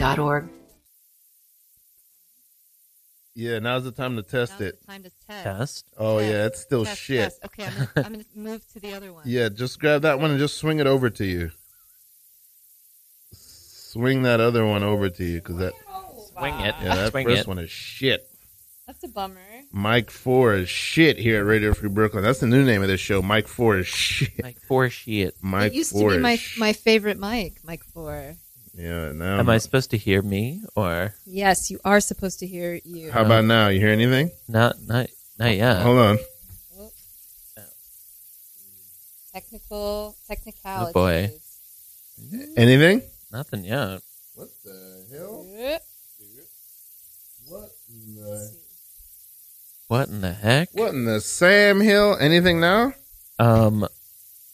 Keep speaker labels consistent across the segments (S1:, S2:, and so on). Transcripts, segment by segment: S1: open.org.
S2: Yeah, now's the time to test
S3: Now's
S2: it.
S3: the time to test.
S4: Test.
S2: Oh
S3: Test,
S2: yeah, it's still
S3: test,
S2: shit.
S3: test. Okay, I'm gonna, I'm gonna move to the other one.
S2: Yeah, just grab that one and just swing it over to you. Swing that other one over to you because that
S4: Swing it.
S2: yeah that
S4: Swing
S2: first
S4: it.
S2: one is shit.
S3: That's a bummer.
S2: Mike Four is shit here at Radio Free Brooklyn. That's the new name of this show. Mike Four is shit.
S4: Like four shit.
S2: Mike
S3: it used
S2: Four
S3: to be
S2: is
S3: my
S2: sh-
S3: my favorite Mike, Mike Four.
S2: yeah. Now
S4: Am I supposed to hear me or
S3: Yes, you are supposed to hear you.
S2: how
S4: uh,
S2: about now? You hear anything?
S4: not? Not not yet.
S2: Oh, Hold on.
S3: Technical technicalities.
S4: Oh, boy.
S2: Anything?
S4: Nothing yet.
S2: What the hell?
S3: Yep.
S2: What in the
S4: What in the heck?
S2: what in the Sam Hill? Anything now?
S4: Um.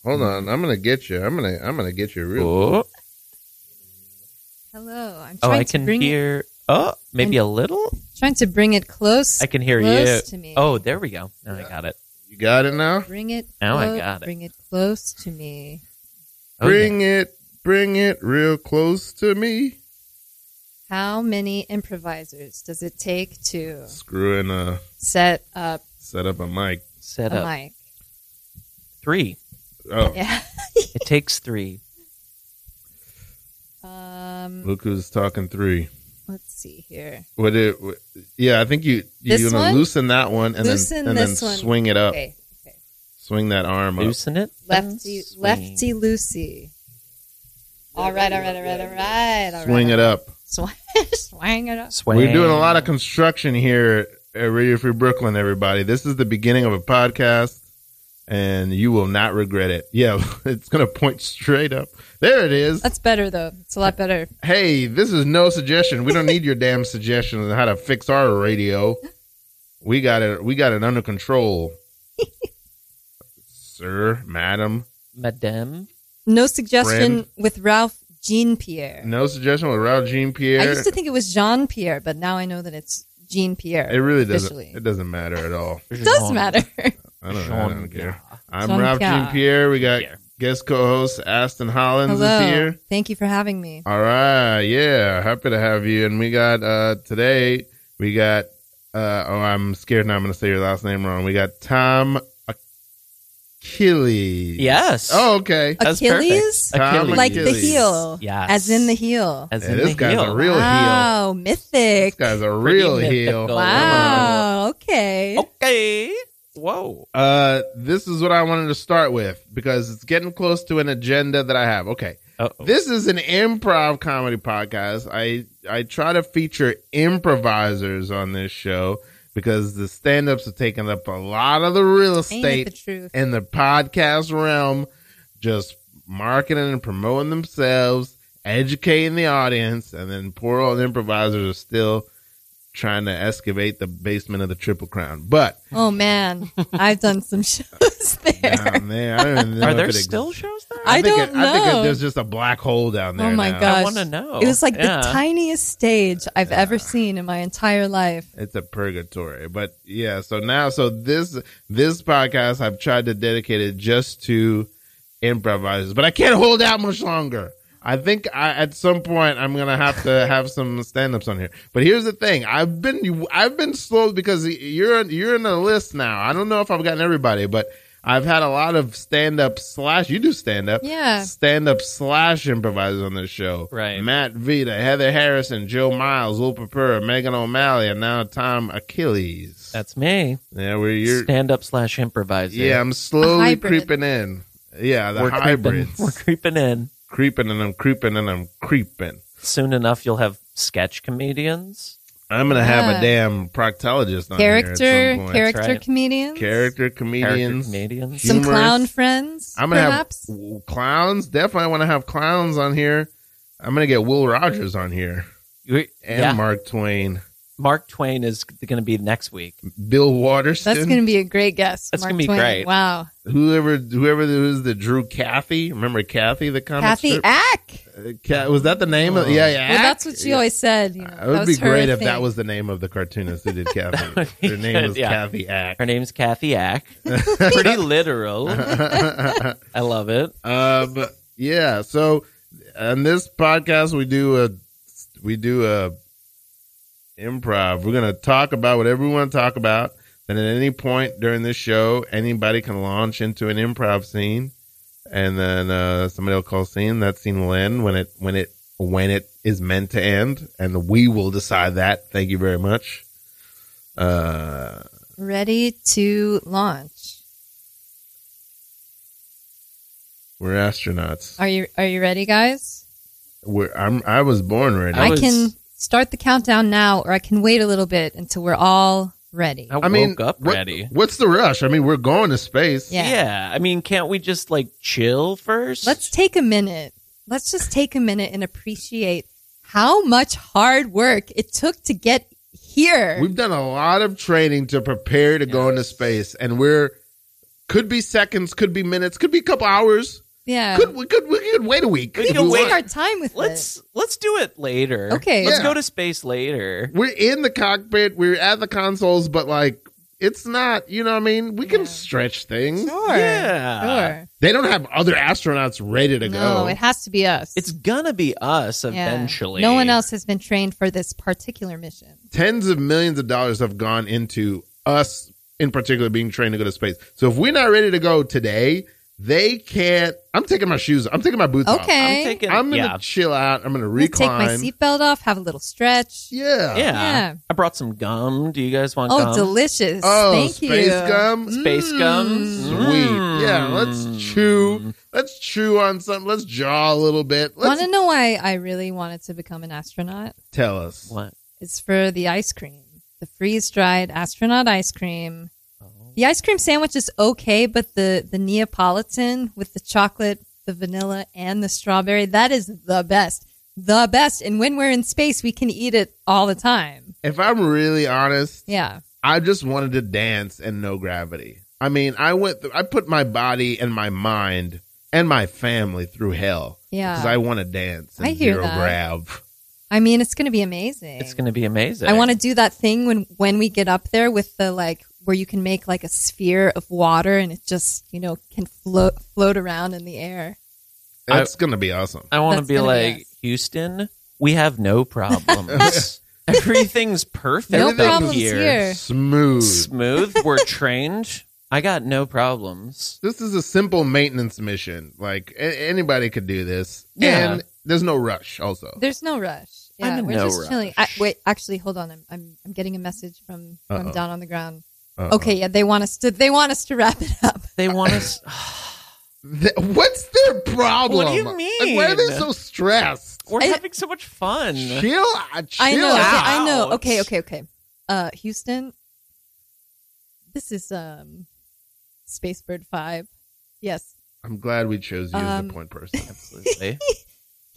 S2: Hold on. I'm gonna get you. I'm gonna I'm gonna get you real.
S4: Oh,
S3: Hello. I'm
S4: oh
S3: trying
S4: I
S3: to
S4: can
S3: bring
S4: hear. Oh, maybe a little.
S3: it, trying to bring it close.
S4: I can hear
S3: close
S4: you.
S3: to me.
S4: Oh, there we go. Now I got it.
S2: You got it now.
S3: Bring it.
S4: Now I
S3: clo-
S4: got it.
S3: Bring it close to me.
S4: Oh,
S2: bring it, bring it real close to me.
S3: How many improvisers does it take to
S2: Screwing a
S3: set up
S2: set up a mic.
S4: Set
S3: a
S4: up
S3: mic?
S4: three.
S2: Oh,
S3: Yeah.
S4: It takes three.
S3: Um.
S2: look who's talking three.
S3: Let's see here.
S2: What it? What, yeah, I think you you're
S3: This
S2: gonna
S3: one?
S2: loosen that one and
S3: Loosen
S2: then and
S3: this
S2: then
S3: one.
S2: swing it up,
S3: Okay. Okay.
S2: swing that arm up.
S4: Loosen it. then
S3: Lefty,
S4: swing.
S3: lefty Lucy. All right, all right, all right, all right. all
S2: Swing
S3: right.
S2: it up.
S3: Swing, swing it up.
S4: Swing.
S2: We're doing a lot of construction here at Radio Free Brooklyn, everybody. This is the beginning of a podcast, and you will not regret it. Yeah, it's going to point straight up. There it is.
S3: That's better though. It's a lot better.
S2: hey, this is no suggestion. We don't need your damn suggestions on how to fix our radio. We got it. We got it under control, sir, madam.
S4: Madame.
S3: No suggestion
S2: Friend.
S3: with Ralph Jean Pierre.
S2: No suggestion with Ralph Jean Pierre.
S3: I used to think it was Jean Pierre, but now I know that it's Jean Pierre.
S2: it really doesn't.
S3: officially.
S2: It doesn't matter at all.
S3: It does matter.
S2: I don't, I don't care. I'm
S3: Jean
S2: Ralph
S3: Pierre.
S2: Jean Pierre. We got
S4: Pierre.
S2: guest co-host Aston Hollins is
S3: Hello.
S2: here.
S3: Thank you for having me.
S2: All right, yeah, happy to have you. And we got uh today we got uh oh I'm scared now I'm gonna say your last name wrong. We got Tom Achilles.
S4: Yes.
S2: Oh, okay.
S4: That's
S3: Achilles?
S4: perfect. Achilles.
S3: Like the
S2: Achilles.
S3: heel.
S4: Yes.
S3: As in the heel.
S4: As
S2: Yeah,
S4: in
S2: this
S4: the
S2: guy's
S4: heel.
S2: a real heel.
S3: wow,
S2: This
S3: mythic.
S2: guy's a real Oh, heel.
S4: mythical.
S3: Wow, okay.
S4: Okay. Whoa.
S2: Uh this is what I wanted to start with because it's getting close to an agenda that I have. Okay.
S4: Oh.
S2: This is an improv comedy podcast. I I try to feature improvisers on this show because the stand-ups have taken up a lot of the real
S3: Ain't it the
S2: estate
S3: truth?
S2: in the podcast realm, just marketing and promoting themselves, educating the audience, and then poor old improvisers are still trying to excavate the basement of the Triple Crown. But
S3: Oh man, I've done some shows there.
S2: down there, I don't even know
S4: Are
S2: if
S4: there
S2: it
S4: still
S2: exists.
S4: shows there?
S3: I
S2: think
S3: don't
S2: it- I think
S3: know.
S2: it, there's just a black hole down there.
S3: Oh my
S2: now.
S3: god!
S4: I wanna know.
S3: It was like
S4: Yeah.
S3: the tiniest stage I've ever seen in my entire life.
S2: it's a purgatory but yeah so now so this this podcast i've tried to dedicate it just to improvisers but i can't hold out much longer i think I, at some point i'm gonna have to have some stand-ups on here but here's the thing i've been i've been slow because you're you're in the list now i don't know if i've gotten everybody but i've had a lot of stand-up slash you do stand-up
S3: Yeah.
S2: stand-up slash improvisers on this show
S4: Right.
S2: Matt Vita, Heather Harrison, Joe Miles, Will Papura, Megan O'Malley, and now Tom Achilles.
S4: That's me.
S2: yeah, where you're.
S4: Stand up slash improviser.
S2: Yeah, I'm
S3: A
S2: slowly
S3: hybrid.
S2: creeping in. Yeah, the
S4: we're creeping.
S2: hybrids.
S4: We're creeping in.
S2: creeping and I'm creeping and I'm creeping.
S4: Soon enough, you'll have sketch comedians.
S2: I'm gonna have
S3: Yeah.
S2: a damn proctologist on here at
S3: Character,
S2: some point.
S3: character
S4: That's right.
S3: comedians,
S2: character
S4: Character
S2: comedians.
S4: comedians.
S3: some
S2: humorous.
S3: clown friends.
S2: I'm gonna
S3: perhaps.
S2: have w- clowns. Definitely, I want to have clowns on here. I'm gonna get Will Rogers on here
S4: You-
S2: and
S4: yeah. Mark-,
S2: Mark Twain,
S4: Twain is going to be next week.
S2: Bill Waterston.
S3: That's going to be a great guest.
S4: That's
S3: Mark
S4: gonna be
S3: Twain.
S4: great.
S3: Wow,
S2: whoever whoever was the Drew Kathy. Remember Kathy the comic
S3: Kathy
S2: strip?
S3: Ack.
S2: Uh, Ca- was that the name of
S4: Oh.
S2: yeah yeah?
S3: Well, that's what she always said. You know,
S2: It would
S3: that
S2: be
S3: was her
S2: great if
S3: thing.
S2: that was the name of the cartoonist who did Kathy.
S4: would be
S2: Her name
S4: good,
S2: was
S4: yeah.
S2: Kathy Ack.
S4: Her name's Kathy Ack. Pretty literal.
S2: Uh-huh.
S4: I love it.
S2: um, yeah. So, on this podcast, we do a we do a improv. We're gonna talk about whatever we want to talk about. Then at any point during this show, anybody can launch into an improv scene, and then uh, somebody will call scene. That scene will end when it when it when it is meant to end, and we will decide that. Thank you very much. Uh,
S3: Ready to launch.
S2: we're astronauts.
S3: Are you are you ready, guys?
S2: We're I'm I was born ready.
S4: I
S3: I
S4: was-
S3: can start the countdown now, or I can wait a little bit until we're all ready.
S4: I,
S2: I mean,
S4: woke up
S2: what-
S4: ready.
S2: What's the rush? I mean, we're going to space.
S3: Yeah.
S4: Yeah. I mean, can't we just like chill first?
S3: Let's take a minute. Let's just take a minute and appreciate how much hard work it took to get here.
S2: We've done a lot of training to prepare to go into space, and we're could be seconds, could be minutes, could be a couple hours.
S3: yeah.
S2: Could we could we could wait a week?
S4: We
S2: if
S4: can
S2: we
S4: wait.
S3: take
S2: want.
S3: our time with this.
S4: let's let's do it later.
S3: Okay.
S4: Let's
S2: Yeah.
S4: go to space later.
S2: We're in the cockpit. We're at the consoles, but like it's not. You know what I mean? We can
S3: Yeah.
S2: stretch things.
S3: Sure.
S4: Yeah.
S3: Sure.
S2: They don't have other astronauts ready uh, to
S3: No,
S2: go.
S3: it has to be us.
S4: It's gonna be us
S3: Yeah.
S4: eventually.
S3: No one else has been trained for this particular mission.
S2: Tens of millions of dollars have gone into us, in particular, being trained to go to space. So if we're not ready to go today, they can't. I'm taking my shoes. off. I'm taking my boots off.
S3: Okay.
S4: I'm taking.
S2: I'm gonna
S4: yeah.
S2: chill out. I'm gonna
S3: I'm gonna take my
S2: recline.
S3: seatbelt off, have a little stretch.
S2: yeah.
S4: yeah.
S3: Yeah.
S4: I brought some gum. Do you guys want
S3: Oh,
S4: gum?
S3: delicious.
S2: Oh,
S3: Thank
S2: space
S3: you.
S2: gum.
S4: Space gum.
S2: Sweet.
S4: Mm.
S2: Yeah, let's chew. Let's chew on something. Let's jaw a little bit.
S3: Want
S2: Let's
S3: to know why I really wanted to become an astronaut?
S2: tell us.
S4: What?
S3: It's for the ice cream, the freeze dried astronaut ice cream.
S4: Oh.
S3: The ice cream sandwich is okay, but the the Neapolitan with the chocolate, the vanilla, and the strawberry that is the best, the best. And when we're in space, we can eat it all the time.
S2: If I'm really honest,
S3: Yeah,
S2: I just wanted to dance and no gravity. I mean, I went. Th- I put my body and my mind and my family through hell
S3: yeah.
S2: because I want to dance. And
S3: I hear
S2: zero
S3: that.
S2: grav.
S3: I mean, it's going to be amazing.
S4: It's gonna be amazing.
S3: I want to do that thing when when we get up there with the like where you can make like a sphere of water and it just you know can float float around in the air.
S4: I-
S2: That's gonna be awesome.
S4: I want to
S3: That's
S4: be
S3: gonna be
S4: like
S3: us.
S4: Houston. We have no problems. Everything's perfect
S3: No
S4: up
S3: problems here.
S2: Smooth.
S4: Smooth. We're trained. I got no problems.
S2: this is a simple maintenance mission. Like a- anybody could do this.
S4: Yeah.
S2: And there's no rush. Also,
S3: There's no rush. Yeah,
S4: I'm in
S3: we're
S4: no
S3: just
S4: rush.
S3: chilling. I, wait, actually, hold on. I'm, I'm I'm getting a message from
S2: Uh-oh.
S3: from down on the ground.
S2: Uh-oh.
S3: Okay, yeah, they want us to they want us to wrap it up.
S4: They want us.
S2: Th- what's their problem?
S4: What do you
S2: Like, why are they
S4: mean?
S2: so stressed?
S4: We're
S3: I-
S4: having so much fun.
S2: Chill, chill
S3: I know. Okay,
S2: out.
S3: I know.
S4: out.
S3: Okay, okay, okay. Uh, Houston, this is um, Spacebird Five. Yes.
S2: I'm glad we chose you as
S3: Um,
S2: the point person.
S4: Absolutely.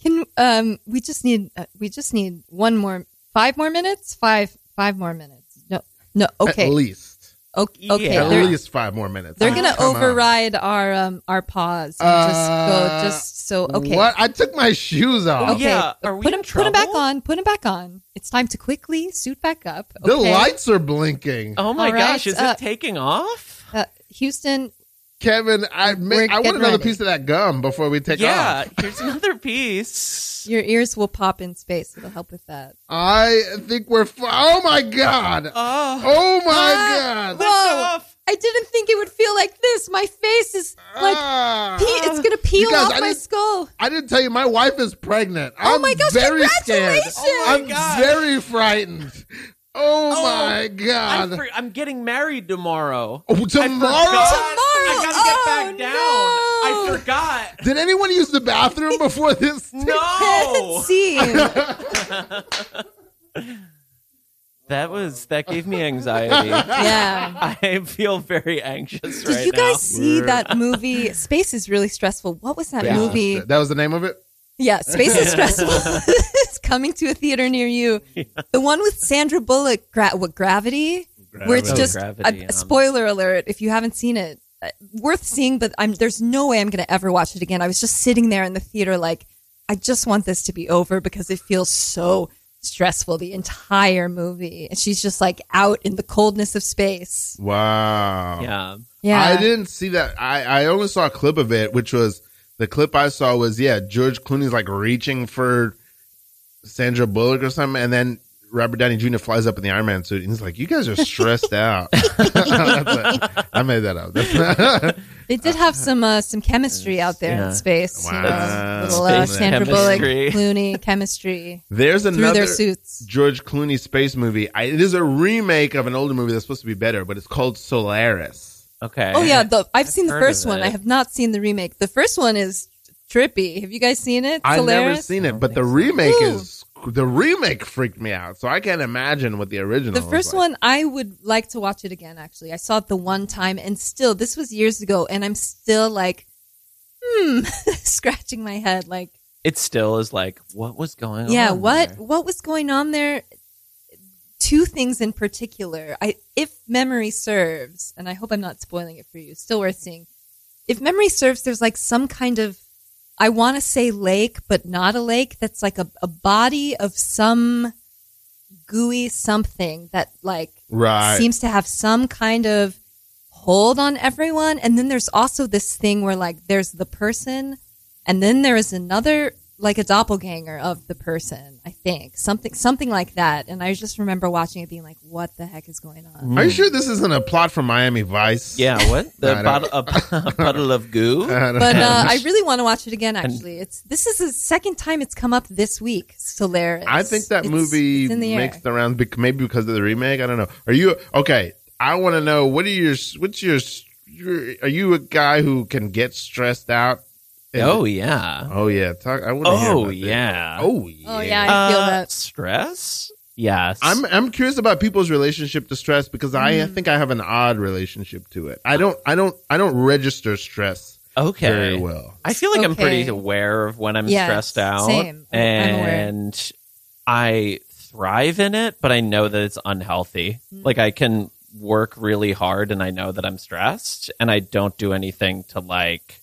S3: Can um we just need uh, we just need one more five more minutes five five more minutes no no okay
S2: At least.
S3: okay, okay.
S4: Yeah.
S2: At
S3: they're,
S2: least five more minutes.
S3: they're
S2: Oh,
S3: gonna
S2: come on.
S3: override our um our pause and
S2: Uh,
S3: just go just so okay
S2: What? I took my shoes off.
S4: Oh,
S3: okay
S4: yeah. Are we
S3: put
S4: in
S3: them put them back
S4: trouble?
S3: on put them back on it's time to quickly suit back up okay
S2: The lights are blinking.
S4: oh my
S3: All right,
S4: gosh, is
S3: uh,
S4: it taking off?
S3: uh, Houston
S2: Kevin, I
S3: We're
S2: may, I want
S3: getting
S2: another
S3: ready.
S2: piece of that gum before we take
S4: yeah,
S2: off.
S4: here's another piece.
S3: your ears will pop in space it'll help with that
S2: I think we're. F- oh my god.
S4: Oh,
S2: Oh my
S3: Ah,
S2: god.
S3: look,
S4: Whoa.
S3: I didn't think it would feel like this my face is like
S2: Ah.
S3: pe- it's gonna peel
S2: guys,
S3: off
S2: I
S3: my
S2: didn't-
S3: skull.
S2: I didn't tell you my wife is pregnant.
S3: Oh
S2: I'm
S3: my gosh,
S2: Very scared.
S3: congratulations.
S4: Oh my
S2: I'm
S4: gosh.
S2: very frightened. Oh,
S4: Oh,
S2: my
S4: I
S2: god.
S4: fre- I'm getting married tomorrow.
S2: Oh, tomorrow.
S4: forgot.
S3: Tomorrow.
S4: I gotta
S3: Oh,
S4: get back down.
S3: no.
S4: I forgot.
S2: Did anyone use the bathroom before this?
S4: No.
S3: See,
S4: that was that gave me anxiety.
S3: yeah.
S4: I feel very anxious
S3: Did
S4: right
S3: you guys
S4: now.
S3: see
S2: We're-
S3: that movie? Space is really stressful. What was that
S2: Yeah.
S3: movie?
S2: That was the name of it?
S3: Yeah, Space is stressful. it's coming to a theater near you. The one with Sandra Bullock, gra- what Gravity? Where it's
S4: Oh,
S3: just
S4: Gravity,
S3: a,
S4: um.
S3: a spoiler alert if you haven't seen it. Uh, Worth seeing, but I'm there's no way I'm going to ever watch it again. I was just sitting there in the theater like I just want this to be over because it feels so stressful the entire movie. And she's just like out in the coldness of space.
S2: Wow.
S4: Yeah.
S3: Yeah.
S2: I didn't see that. I, I only saw a clip of it, which was the clip I saw was, yeah, George Clooney's like reaching for Sandra Bullock or something, and then Robert Downey Jr. flies up in the Iron Man suit, and he's like, "You guys are stressed out." That's a- I made that up. That's-
S3: They did have some uh, some chemistry out there
S4: Yeah.
S3: in space. you know,
S2: Wow.
S3: little uh,
S4: Space
S3: Sandra
S4: chemistry.
S3: Bullock, Clooney chemistry
S2: There's
S3: through
S2: another
S3: their suits.
S2: George Clooney space movie. I, it is a remake of an older movie that's supposed to be better, but it's called Solaris.
S4: Okay.
S3: Oh yeah, the, I've seen the
S4: heard
S3: first
S4: of
S3: one. I
S4: it.
S3: have not seen the remake. The first one is trippy. Have you guys seen it?
S2: I've never
S3: Solaris?
S2: seen
S4: I
S2: it,
S4: don't
S2: but the
S4: think so.
S2: remake
S3: Ooh.
S2: is the remake freaked me out, so I can't imagine what the original.
S3: The
S2: was
S3: first
S2: like.
S3: one, I would like to watch it again. Actually, I saw it the one time, and still, this was years ago, and I'm still like, hmm, scratching my head, like,
S4: It still is like, what was going on?
S3: yeah, what
S4: there?
S3: what was going on there? Two things in particular, I if memory serves, and I hope I'm not spoiling it for you. Still worth seeing. If memory serves, there's like some kind of I want to say lake, but not a lake. That's like a, a body of some gooey something that like
S2: right?
S3: seems to have some kind of hold on everyone. And then there's also this thing where like there's the person and then there is another like a doppelganger of the person, I think. Something something like that. And I just remember watching it being like, what the heck is going on?
S2: Are you sure this isn't a plot from Miami Vice?
S4: Hmm. Yeah, what? The
S2: No, I
S4: bottle, a, a puddle of goo?
S2: I don't
S3: But
S2: know.
S3: uh, I really want to watch it again actually. It's this is the second time it's come up this week, Solaris.
S2: I think that
S3: It's-
S2: movie
S3: it's in the
S2: makes
S3: air.
S2: the rounds bec- maybe because of the remake. I don't know. Are you okay? I want to know what are your what's your, your are you a guy who can get stressed out?
S4: Oh, yeah.
S2: oh yeah. Talk. I want to hear.
S4: Oh,
S2: about this.
S4: yeah.
S2: Oh yeah.
S3: Oh, yeah. I feel
S4: Uh,
S3: that.
S4: Stress? Yes.
S2: I'm I'm curious about people's relationship to stress because I think I have an odd relationship to it. I don't I don't I don't register stress
S4: okay.
S2: very well.
S4: I feel like I'm pretty
S3: Okay.
S4: aware of when I'm
S3: Yes,
S4: stressed out.
S3: same. I'm aware.
S4: And I thrive in it, but I know that it's unhealthy.
S3: Mm.
S4: Like I can work really hard and I know that I'm stressed and I don't do anything to like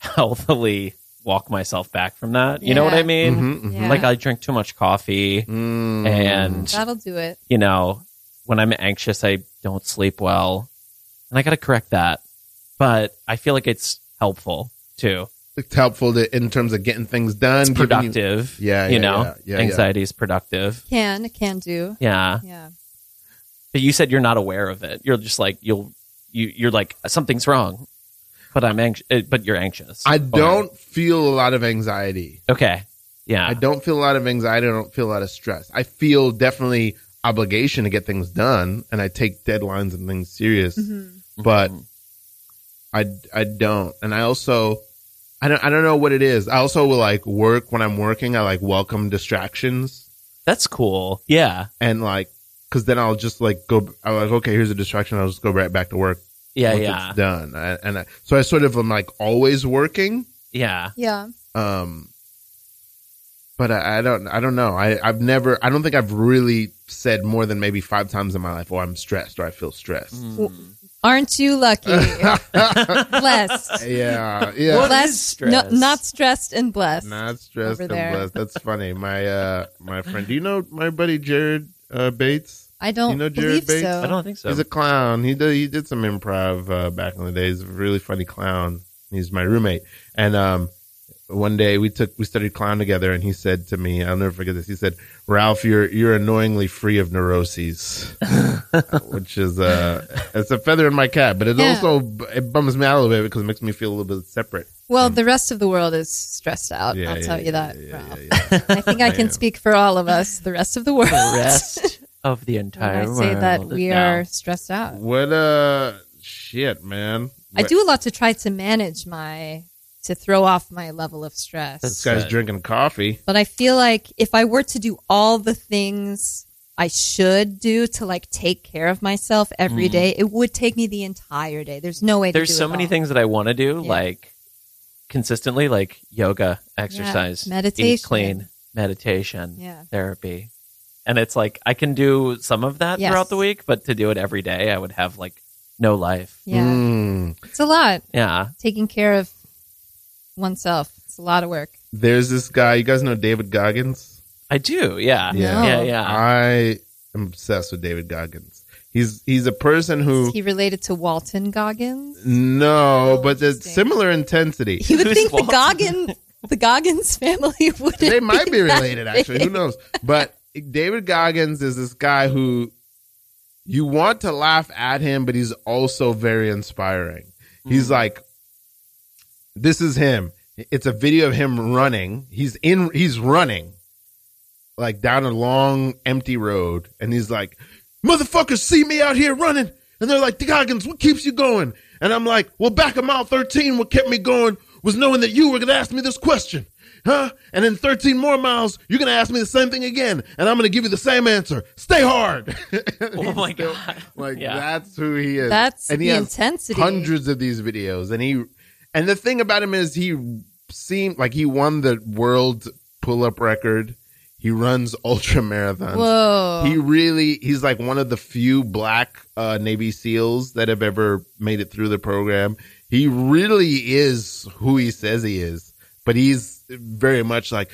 S4: healthily walk myself back from that. You know what
S3: Yeah.
S4: I mean?
S2: Mhm, mhm.
S3: Yeah.
S4: Like I drink too much coffee
S2: Mm.
S4: and
S3: That'll do it.
S4: you know, when I'm anxious, I don't sleep well, and I got to correct that. But I feel like it's helpful too.
S2: it's helpful to, in terms of getting things done.
S4: It's
S2: giving you-
S4: productive.
S2: Yeah,
S4: you
S2: yeah, yeah,
S4: know,
S2: yeah, yeah.
S4: anxiety is productive.
S3: Can, can do.
S4: Yeah,
S3: Yeah.
S4: but you said you're not aware of it. You're just like you'll you you're like something's wrong, but I'm anxious. But you're anxious.
S2: I
S4: Or-
S2: don't feel a lot of anxiety.
S4: Okay. Yeah.
S2: I don't feel a lot of anxiety. I don't feel a lot of stress. I feel definitely obligation to get things done, and I take deadlines and things serious.
S3: Mhm.
S2: But
S4: Mm-hmm.
S2: I I don't, and I also I don't I don't know what it is. I also will like work when I'm working. I like welcome distractions
S4: That's cool. Yeah.
S2: and like because then I'll just like go. I'm like okay, here's a distraction. I'll just go right back to work.
S4: Yeah.
S2: once
S4: Yeah.
S2: it's done. I, and I, so I sort of am like always working.
S4: Yeah.
S3: Yeah.
S2: um but I, I don't i don't know i i've never i don't think i've really said more than maybe five times in my life oh i'm stressed or i feel stressed
S4: Mm.
S3: Aren't you lucky? Blessed.
S2: yeah yeah
S4: What
S3: blessed,
S4: is stress?
S3: No, not stressed and blessed.
S2: not stressed
S3: Over
S2: and
S3: there.
S2: blessed that's funny my uh my friend do you know my buddy jared uh bates
S3: I don't
S2: You know Jared
S3: believe
S2: Bates?
S3: so.
S4: I don't think so.
S2: he's a clown he did he did some improv uh, back in the day he's a really funny clown he's my roommate and um one day we took we studied clown together and he said to me i'll never forget this he said ralph you're you're annoyingly free of neuroses which is uh it's a feather in my cap but it
S3: Yeah.
S2: also it bums me out a little bit because it makes me feel a little bit separate
S3: well, the rest of the world is stressed out.
S2: Yeah,
S3: I'll
S2: yeah,
S3: tell you that.
S2: yeah, yeah,
S3: Ralph.
S2: yeah, yeah.
S3: I think I can
S2: Yeah.
S3: speak for all of us. The rest of the world.
S4: the rest of the
S3: when
S4: entire
S3: I say
S4: world.
S3: that we
S4: No.
S3: are stressed out.
S2: what uh shit man
S3: I do a lot to try to manage my to throw off my level of stress.
S2: this guy's
S4: Sad.
S2: drinking coffee
S3: But I feel like if I were to do all the things I should do to like take care of myself every
S4: Mm.
S3: day, it would take me the entire day. There's no way. to
S4: there's
S3: do
S4: so
S3: it
S4: many
S3: all.
S4: things that I want to do,
S3: Yeah.
S4: like consistently, like yoga, exercise, eat
S3: meditation.
S4: clean, meditation,
S3: Yeah.
S4: therapy. And it's like I can do some of that
S3: Yes.
S4: throughout the week, but to do it every day, I would have like no life.
S3: Yeah,
S2: Mm.
S3: it's a lot.
S4: Yeah.
S3: Taking care of oneself. It's a lot of work.
S2: there's this guy. You guys know David Goggins?
S4: I do. Yeah.
S2: Yeah.
S4: Yeah.
S3: No.
S4: Yeah.
S2: I am obsessed with David Goggins. He's he's a person who
S3: Is he related to Walton Goggins?
S2: no, but it's
S3: Interesting.
S2: similar intensity.
S3: You would
S4: Who's
S3: think the
S4: Walton?
S3: Goggin the Goggins family would.
S2: they might be related actually who knows but david goggins is this guy who you want to laugh at him but he's also very inspiring he's like this is him it's a video of him running he's in he's running like down a long empty road and he's like motherfuckers see me out here running and they're like goggins what keeps you going and i'm like well back in mile 13 what kept me going was knowing that you were going to ask me this question huh and in 13 more miles you're going to ask me the same thing again and i'm going to give you the same answer stay hard
S4: Oh my
S2: He's still-
S4: God.
S2: like
S4: Yeah.
S2: that's who he is
S3: That's
S2: and he
S3: the
S2: has
S3: intensity.
S2: hundreds of these videos and he and the thing about him is he seemed like he won the world pull-up record he runs ultra marathons
S3: Whoa.
S2: he really he's like one of the few black uh, navy seals that have ever made it through the program he really is who he says he is but he's very much like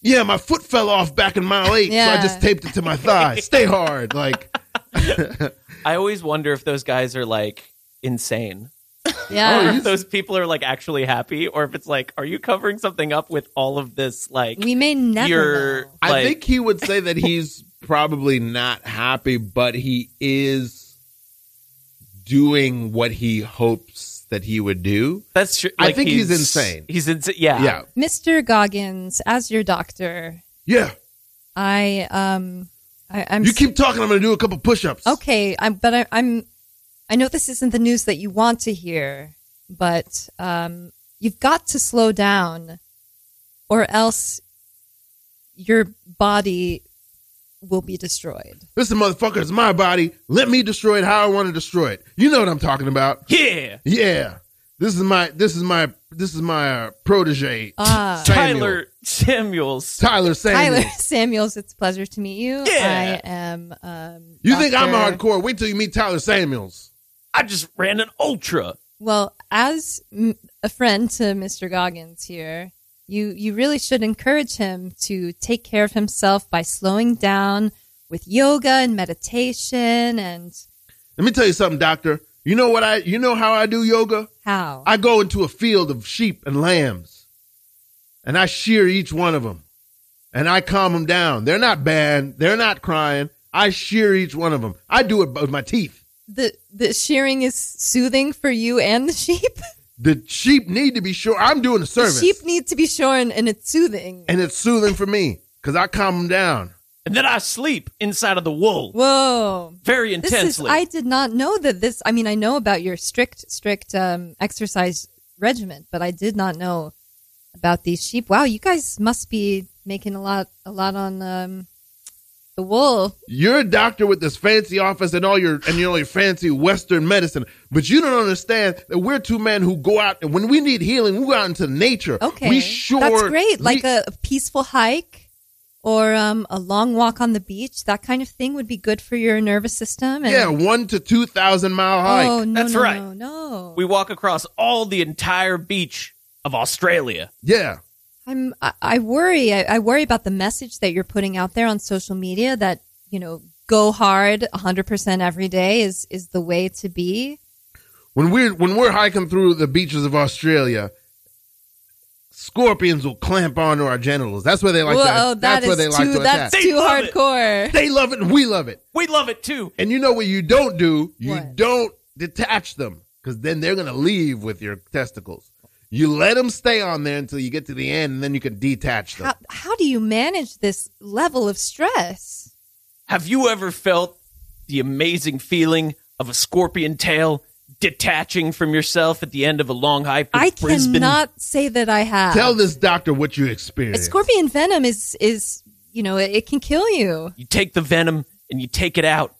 S2: yeah my foot fell off back in mile eight so i
S3: Yeah.
S2: just taped it to my thigh stay hard like
S4: I always wonder if those guys are like insane.
S2: Oh,
S3: yeah.
S4: If those people are like actually happy, or if it's like, are you covering something up with all of this? Like,
S3: we may never.
S4: you're.
S3: know.
S2: I
S4: like-
S2: think he would say that he's probably not happy, but he is doing what he hopes that he would do.
S4: That's true.
S2: I think he's insane.
S4: He's insane. Yeah.
S2: Yeah.
S3: Mr. Goggins, as your doctor,
S2: Yeah.
S3: I um, I, I'm.
S2: You keep talking, I'm gonna do a couple push ups.
S3: Okay, I'm, but I, I'm. I know this isn't the news that you want to hear, but um, you've got to slow down, or else your body will be destroyed.
S2: Listen, motherfucker, it's my body. Let me destroy it how I want to destroy it. You know what I'm talking about.
S4: Yeah.
S2: Yeah. This is my this is my this is my uh, protege.
S3: Ah.
S2: Samuel.
S4: Tyler Samuels.
S2: Tyler Samuel.
S3: Tyler Samuels, it's a pleasure to meet you.
S4: Yeah.
S3: I am. Um,
S2: You think I'm
S3: Dr.
S2: hardcore? Wait till you meet Tyler Samuels.
S4: I just ran an ultra.
S3: Well, as m- a friend to Mr. Goggins here, you you really should encourage him to take care of himself by slowing down with yoga and meditation and
S2: Let me tell you something, doctor. You know what I you know how I do yoga?
S3: how.
S2: I go into a field of sheep and lambs, and I shear each one of them, and I calm them down. They're not bad. They're not crying. I shear each one of them. I do it with my teeth.
S3: the the shearing is soothing for you and the sheep.
S2: The sheep need to be sure. I'm doing a
S3: The
S2: service,
S3: sheep need to be shorn and it's soothing.
S2: and it's soothing for me because I calm them down.
S4: And then I sleep inside of the wool
S3: Whoa.
S4: very
S3: This
S4: intensely.
S3: is I did not know that this I mean I know about your strict strict um, exercise regimen, but I did not know about these sheep. Wow, you guys must be making a lot a lot on um, the wool.
S2: You're a doctor with this fancy office and all your and your, all your fancy Western medicine, but you don't understand that we're two men who go out and when we need healing, we go out into nature.
S3: Okay.
S2: we sure
S3: That's great.
S2: we-
S3: Like a, a peaceful hike or um, a long walk on the beach. That kind of thing would be good for your nervous system and
S2: yeah, one to two thousand mile hike.
S3: Oh no,
S4: That's
S3: no,
S4: right.
S3: no, no.
S4: we walk across all the entire beach of Australia.
S2: Yeah.
S3: I'm I, I worry I, I worry about the message that you're putting out there on social media that you know go hard 100% every day is is the way to be
S2: When we're when we're hiking through the beaches of Australia, scorpions will clamp onto our genitals. That's where they like to
S3: Whoa, oh, that
S2: that's where
S3: is
S2: they like
S3: too
S2: to attack.
S3: that's
S4: They
S3: too
S4: love it.
S3: hardcore
S2: they love it and we love it.
S4: We love it too.
S2: And you know what you don't do? You
S3: What?
S2: don't detach them cuz then they're going to leave with your testicles. You let them stay on there until you get to the end and then you can detach them.
S3: how, how do you manage this level of stress
S4: Have you ever felt the amazing feeling of a scorpion tail detaching from yourself at the end of a long hike? in
S3: I
S4: Brisbane?
S3: cannot say that I have
S2: Tell this doctor what you experienced.
S3: scorpion venom is is you know it, it can kill you
S4: You take the venom and you take it out,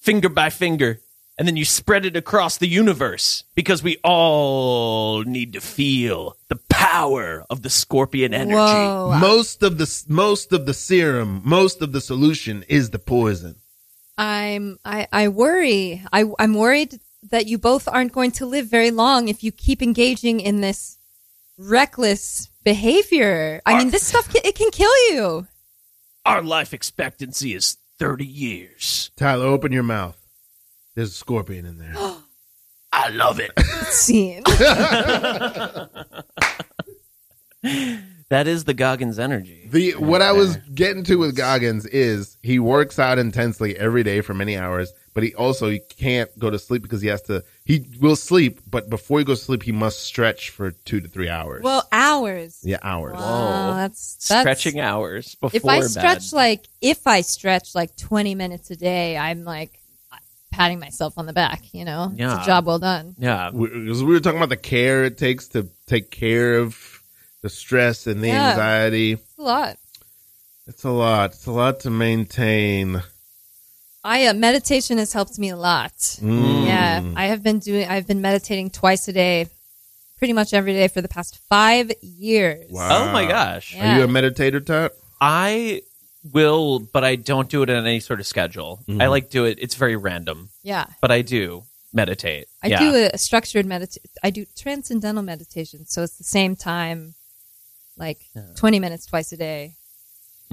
S4: finger by finger, and then you spread it across the universe because we all need to feel the power of the scorpion energy.
S3: whoa
S2: most of the most of the serum, most of the solution is the poison.
S3: I'm I, I worry. I I'm worried that you both aren't going to live very long if you keep engaging in this reckless behavior. I mean, this stuff can, it can kill you.
S4: Our life expectancy is 30 years.
S2: Tyler, open your mouth. There's a scorpion in there.
S4: I love it.
S3: Scene.
S4: That is the Goggins energy.
S2: The
S4: Right
S2: what I was
S4: there.
S2: getting to with Goggins is he works out intensely every day for many hours, but he also he can't go to sleep because he has to. He will sleep, but before he goes to sleep, he must stretch for two to three hours.
S3: Well, hours.
S2: yeah, hours.
S3: Wow, that's, that's
S4: stretching hours before
S3: If I
S4: bed.
S3: stretch like if I stretch like 20 minutes a day, I'm like patting myself on the back, you know. It's
S4: Yeah.
S3: a job well done.
S4: yeah,
S2: We, 'cause we were talking about the care it takes to take care of the stress and the
S3: Yeah.
S2: anxiety.
S3: It's a lot.
S2: It's a lot. It's a lot to maintain.
S3: I uh, meditation has helped me a lot.
S2: Mm.
S3: Yeah, I have been doing. I've been meditating twice a day, pretty much every day for the past five years.
S2: Wow.
S4: oh my gosh,
S3: Yeah.
S2: Are you a meditator type?
S4: I will, but I don't do it on any sort of schedule.
S2: Mhm.
S4: I like do it. It's very random,
S3: Yeah,
S4: but I do meditate.
S3: I
S4: yeah.
S3: do a, a structured meditation. I do transcendental meditation, so it's the same time, like
S4: Yeah.
S3: twenty minutes twice a day.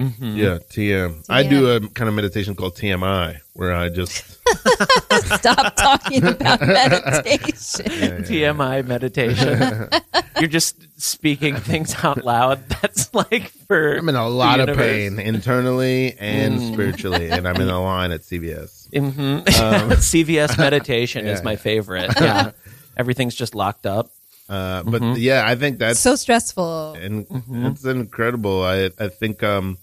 S4: Mhm.
S2: Yeah, TM. I do a kind of meditation called TMI, where I just
S3: Stop talking about meditation.
S2: Yeah, yeah,
S4: TMI meditation. You're just speaking things out loud. That's like for
S2: I'm in a lot of
S4: universe.
S2: pain internally and
S4: Mm.
S2: spiritually, and I'm in a line at CVS.
S4: Mhm.
S2: Um,
S4: CVS meditation
S2: yeah.
S4: is my favorite. Yeah, everything's just locked up.
S2: Uh, but
S4: Mhm.
S2: yeah, I think
S3: It's
S2: that's
S3: so stressful.
S2: and
S4: Mhm.
S2: it's incredible. I I think um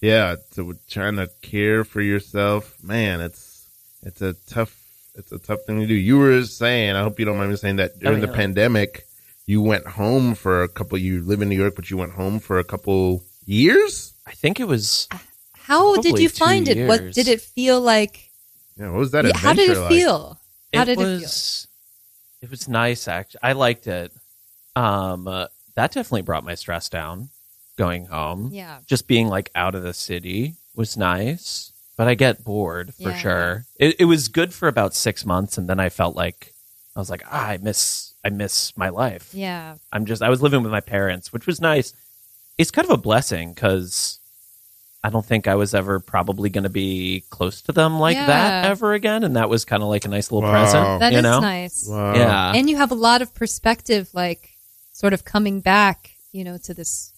S2: yeah, to trying to care for yourself, man, it's it's a tough it's a tough thing to do. You were saying, I hope you don't mind me saying that during the
S4: yeah.
S2: pandemic, you went home for a couple. You live in New York, but you went home for a couple years.
S4: I think it was.
S3: How did
S4: Probably
S3: you
S4: two
S3: find it? What
S4: years.
S3: did it feel like?
S2: Yeah, what was that?
S3: Yeah, how did
S2: adventure
S3: it
S2: like?
S3: feel? How did it feel?
S4: was, it feel? It was nice. Actually, I liked it. Um, uh, that definitely brought my stress down. Going home,
S3: Yeah,
S4: just being like out of the city was nice, but I get bored for
S3: Yeah.
S4: sure. It, it was good for about six months, and then I felt like I was like, ah, I miss, I miss my life.
S3: yeah,
S4: I'm just, I was living with my parents, which was nice. It's kind of a blessing because I don't think I was ever probably going to be close to them like that
S3: Yeah.
S4: ever again, and that was kind of like a nice little
S2: Wow.
S4: present.
S3: That is
S4: you know?
S3: nice.
S2: Oh. Wow.
S4: Yeah.
S3: and you have a lot of perspective like sort of coming back you know to this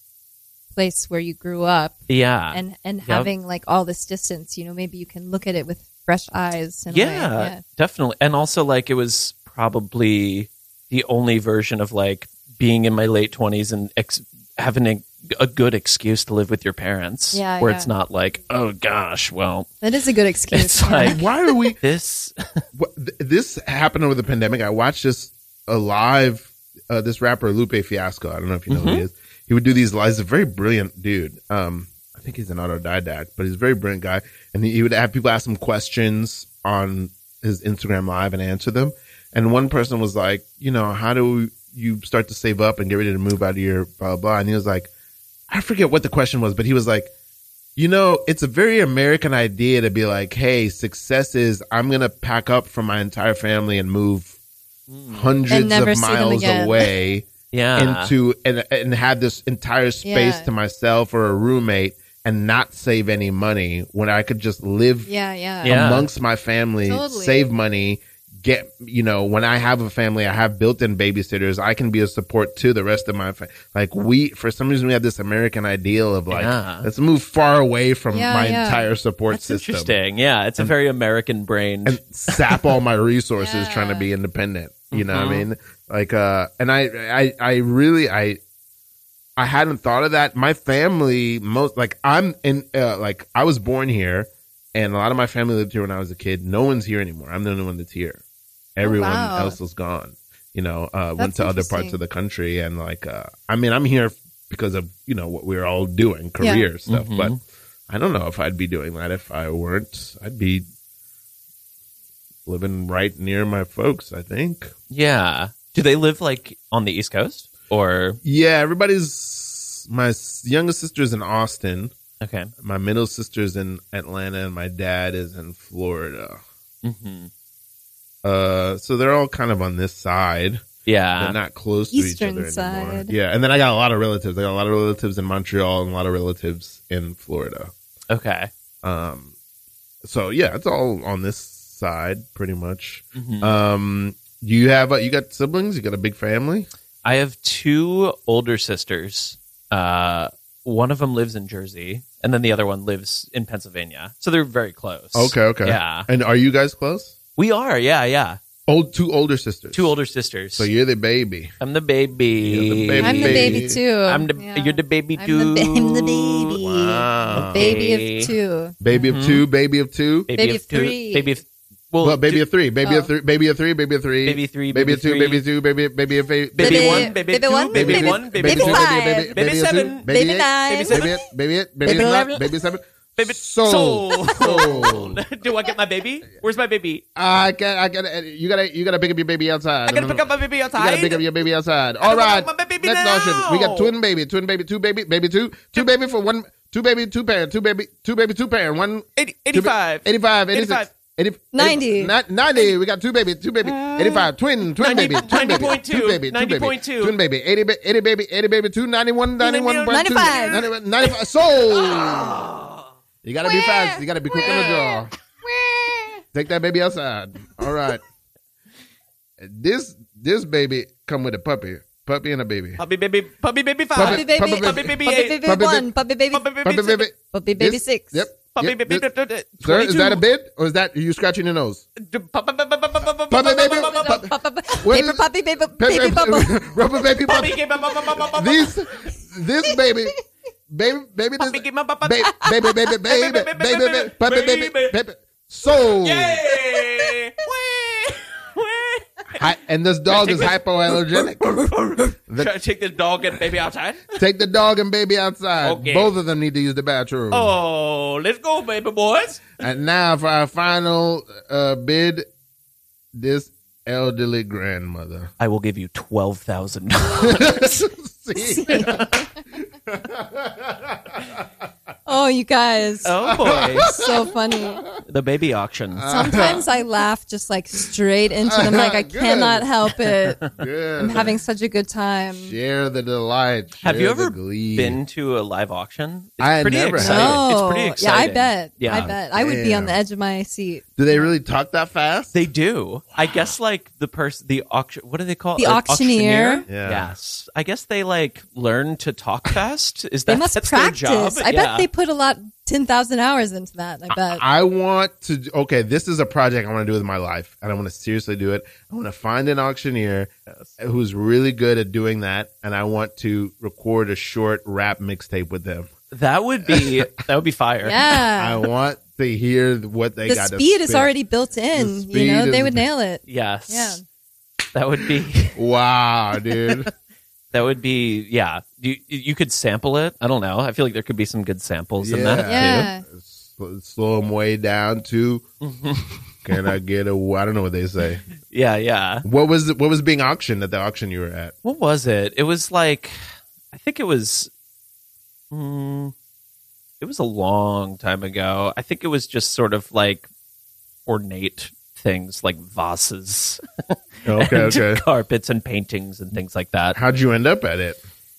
S3: place where you grew up
S4: yeah.
S3: and and having like all this distance you know maybe you can look at it with fresh eyes in a way.
S4: yeah, definitely. And also, like, it was probably the only version of like being in my late 20s and ex- having a, a good excuse to live with your parents.
S3: Yeah,
S4: Where
S3: yeah.
S4: it's not like, oh gosh, well,
S3: that is a good excuse
S4: It's
S3: yeah.
S4: like-
S2: Why are we?
S4: this.
S2: What, th- this happened over the pandemic. I watched this uh, live. Uh, this rapper Lupe Fiasco. I don't know if you know who he is. He would do these lives. He's a very brilliant dude. Um, I think he's an autodidact, but he's a very brilliant guy. And he, he would have people ask him questions on his Instagram live and answer them. And one person was like, you know, how do you start to save up and get ready to move out of your blah blah? blah? And he was like, I forget what the question was, but he was like, you know, it's a very American idea to be like, hey, success is I'm going to pack up from my entire family and move
S3: And
S2: hundreds
S3: never
S2: of
S3: see them
S2: miles
S3: again.
S2: away
S4: Yeah.
S2: into and, and have this entire space
S3: Yeah.
S2: to myself or a roommate and not save any money when I could just live
S3: yeah yeah
S4: Yeah.
S2: amongst my family,
S3: Totally.
S2: save money, get you know, when I have a family, I have built-in babysitters. I can be a support to the rest of my family. Like we, for some reason, we have this American ideal of like,
S4: Yeah.
S2: let's move far away from
S3: Yeah,
S2: my
S3: yeah.
S2: entire support
S4: That's
S2: system
S4: interesting. Yeah, it's a very American brain.
S2: and sap all my resources
S3: Yeah. Uh-huh.
S2: trying to be independent. You know what I
S4: Mhm.
S2: mean? Like uh and I I I really I I hadn't thought of that. My family most like I'm in uh, like I was born here and a lot of my family lived here when I was a kid. No one's here anymore. I'm the only one that's here. Everyone
S3: Oh, wow.
S2: else is gone. You know, uh went
S3: That's
S2: to other parts
S3: interesting.
S2: of the country and like uh I mean I'm here because of, you know, what we we're all doing,
S3: Yeah.
S2: career stuff,
S4: Mhm.
S2: but I don't know if I'd be doing that if I weren't. I'd be living right near my folks, I think.
S4: yeah. Do they live like on the East Coast or
S2: Yeah, everybody's. My s- youngest sister's in Austin,
S4: okay?
S2: my middle sister's in Atlanta, and my dad is in Florida.
S4: hmm
S2: Uh, so they're all kind of on this side. They're
S4: Yeah.
S2: not close to
S3: Eastern
S2: each other anymore.
S3: side.
S2: Yeah, and then I got a lot of relatives. I got a lot of relatives in Montreal and a lot of relatives in Florida.
S4: Okay.
S2: Um, so yeah, it's all on this side pretty much.
S4: Mhm.
S2: Um, you have a, you got siblings? You got a big family?
S4: I have two older sisters Uh, one of them lives in Jersey, and then the other one lives in Pennsylvania. So they're very close.
S2: Okay, okay.
S4: Yeah.
S2: And are you guys close?
S4: We are. Yeah, yeah.
S2: Old two older sisters.
S4: Two older sisters.
S2: So you're the baby.
S4: I'm the baby.
S2: You're the baby.
S3: I'm the baby
S2: Baby.
S3: too.
S4: I'm the.
S3: Yeah.
S4: You're the baby
S3: I'm
S4: too.
S3: the, I'm the baby.
S2: Wow.
S3: The baby
S4: Okay.
S3: of two.
S2: Baby
S4: Mhm.
S2: of two, baby of two.
S4: Baby,
S3: Baby
S4: of
S3: of
S4: two.
S3: three.
S4: Baby of. Well,
S2: Well, baby
S4: two-
S2: of three, baby of
S3: Oh.
S2: three, baby of three, baby of three,
S4: Baby three,
S2: baby
S4: baby
S2: of two,
S4: three.
S2: baby two, baby baby of eight,
S4: Baby,
S3: Baby-
S4: one, baby,
S3: baby
S4: two,
S3: one,
S4: baby,
S3: baby-
S4: one, baby,
S3: baby
S4: two,
S3: five.
S2: baby, of
S4: baby
S2: two,
S4: seven,
S2: baby,
S3: baby
S2: eight,
S3: nine.
S2: baby seven, baby eight, baby,
S3: Baby
S2: nine,
S3: eleven.
S2: baby seven,
S4: baby
S2: sold. Sold.
S4: Do I get my baby? Where's my baby?
S2: I got, I got, you gotta, you gotta pick up your baby outside.
S4: I gotta pick up my baby
S2: You
S4: outside.
S2: gotta pick up your baby outside.
S4: I
S2: All
S4: don't
S2: right,
S4: want my baby
S2: let's all
S4: now.
S2: shit. We got twin baby, twin baby, two baby, baby two, two baby for one, two baby, two parent, two baby, two baby, two parent, one.
S4: Eighty- 85.
S2: 85, 86,
S4: 85.
S2: 80,
S3: 90.
S2: 90. We got two baby, two baby,
S4: Uh,
S2: 85, twin, twin
S4: 90,
S2: baby, twin baby,
S4: 90.2,
S2: two baby, two baby,
S4: 90.2,
S2: twin baby, 80, ba- 80 baby, 80 baby, two, 91, 91,
S3: 95.
S2: 95, 95, sold. You gotta be fast. You gotta be quick on the draw. Take that baby outside. All right. This this baby come with a puppy, puppy and a baby.
S4: Puppy baby, puppy baby five.
S3: Puppy baby,
S2: Puppy
S4: Puppy baby
S3: puppy
S4: eight.
S3: baby
S2: Puppy
S3: one, puppy baby,
S4: Puppy baby
S2: Puppy
S4: six.
S2: baby.
S3: puppy baby
S2: This-
S3: six.
S2: Yep.
S4: Puppy
S2: yep,
S4: baby.
S2: this- Sir, is that a bid or is that are you scratching your nose?
S4: Puppy
S2: baby-
S3: Puppy-
S2: Pup-
S3: pup-
S2: What
S3: Paper
S2: is-
S3: puppy, baby,
S2: Pepper-
S3: baby bubble.
S2: rubber baby puppy.
S4: baby.
S2: These this baby baby baby this
S4: Puppy
S2: baby
S4: baby.
S2: baby baby baby baby baby baby puppy baby baby so
S4: Yay!
S2: Hi- and this dog is hypoallergenic.
S4: Try to take this dog and baby outside.
S2: Take the dog and baby outside.
S4: Okay.
S2: Both of them need to use the bathroom.
S4: Oh, let's go, baby boys.
S2: And now for our final uh, bid, this elderly grandmother.
S4: I will give you twelve thousand dollars.
S2: See?
S3: Oh, you guys.
S4: Oh boy,
S3: So funny.
S4: the baby auction.
S2: Ah,
S3: Sometimes I laugh just like straight into the mic. I
S2: Good.
S3: cannot help it.
S2: Good.
S3: I'm having such a good time.
S2: Share the delight.
S4: Have
S2: Share
S4: you
S2: the
S4: ever
S2: glee.
S4: been to a live auction? It's
S2: I
S4: pretty
S2: never have.
S4: exciting.
S3: No.
S4: It's pretty
S3: Oh. yeah, I
S4: exciting.
S3: bet.
S4: Yeah.
S3: I bet. I would be on the edge of my seat.
S2: Do they really talk that fast?
S4: They do. I guess like the person, the auction. What do they call it?
S3: The
S4: An
S3: auctioneer?
S2: Yeah.
S4: Yes. I guess they like learn to talk fast. Is that
S3: They must
S4: that's
S3: practice.
S4: their job?
S3: I bet they put a lot, 10,000 hours into that. I bet.
S2: I want to. Okay, this is a project I want to do with my life, and I want to seriously do it. I want to find an auctioneer who's really good at doing that, and I want to record a short rap mixtape with them.
S4: That would be that would be fire.
S2: I
S3: yeah.
S2: want to hear what they
S3: Uh, The
S2: got. to
S3: speed is
S2: spit.
S3: already built
S2: The
S3: in.
S2: speed
S3: You know,
S2: is-
S3: they would nail it.
S4: Yes.
S3: Yeah.
S4: That would be
S2: Wow, dude.
S4: that would be yeah. You you could sample it. I don't know. I feel like there could be some good samples in that.
S3: Yeah.
S2: S- Slow them way down to. Can I get a? I don't know what they say.
S4: Yeah, yeah.
S2: What was what was being auctioned at the auction you were at?
S4: What was it? It was like I think it was mm, it was a long time ago. I think it was just sort of like ornate things like vases
S2: Okay,
S4: and
S2: okay.
S4: carpets and paintings and things like that.
S2: How'd you end up at it?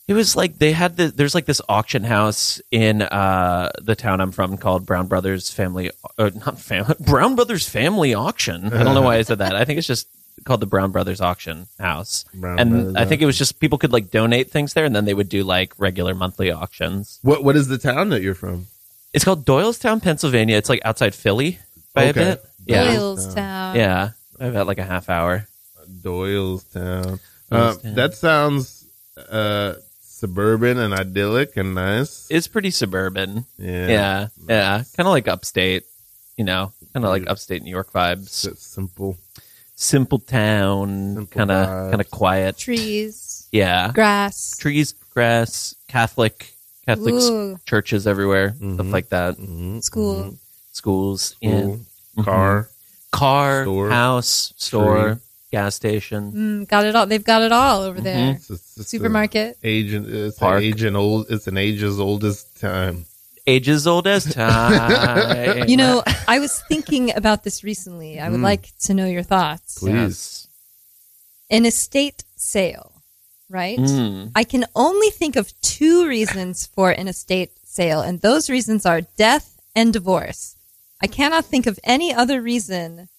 S4: It was like they had the there's like this auction house in uh the town I'm from called Brown Brothers Family uh, not family Brown Brothers Family Auction. I don't know why I said that. I think it's just called the Brown Brothers Auction House.
S2: Brown
S4: and
S2: Brothers
S4: I think it was just people could like donate things there and then they would do like regular monthly auctions.
S2: What what is the town that you're from?
S4: It's called Doylestown, Pennsylvania. It's like outside Philly
S2: Okay.
S4: by a bit. Yeah.
S3: Doylestown.
S4: Yeah. About like a half hour.
S2: Doylestown. Uh,
S4: Doylestown.
S2: that sounds uh, suburban and idyllic and nice.
S4: It's pretty suburban.
S2: yeah.
S4: Yeah. Yeah. Kind of like upstate, you know, kind of like
S2: Yeah.
S4: upstate New York vibes.
S2: That's simple.
S4: simple town,
S2: Simple
S4: kind of
S2: vibes.
S4: kind of quiet.
S3: Trees,
S4: yeah,
S3: grass.
S4: trees, grass, Catholic, Catholic s-
S3: Ooh,
S4: churches everywhere,
S2: Mhm.
S4: stuff like that.
S2: Mhm.
S3: school.
S4: Schools, yeah. Mm-hmm.
S2: Cool. Mm-hmm. Car.
S4: car,
S2: Store.
S4: house, store, gas station,
S3: Mm, got it all. They've got it all over there.
S2: It's just- it's
S3: Supermarket.
S2: an Age and it's
S4: Park.
S2: an age and old. It's an age as old as time.
S4: ages old as time.
S3: You know, I was thinking about this recently. I would
S2: Mm.
S3: like to know your thoughts.
S2: Please.
S3: An estate sale, right?
S4: Mm.
S3: I can only think of two reasons for an estate sale, and those reasons are death and divorce. I cannot think of any other reason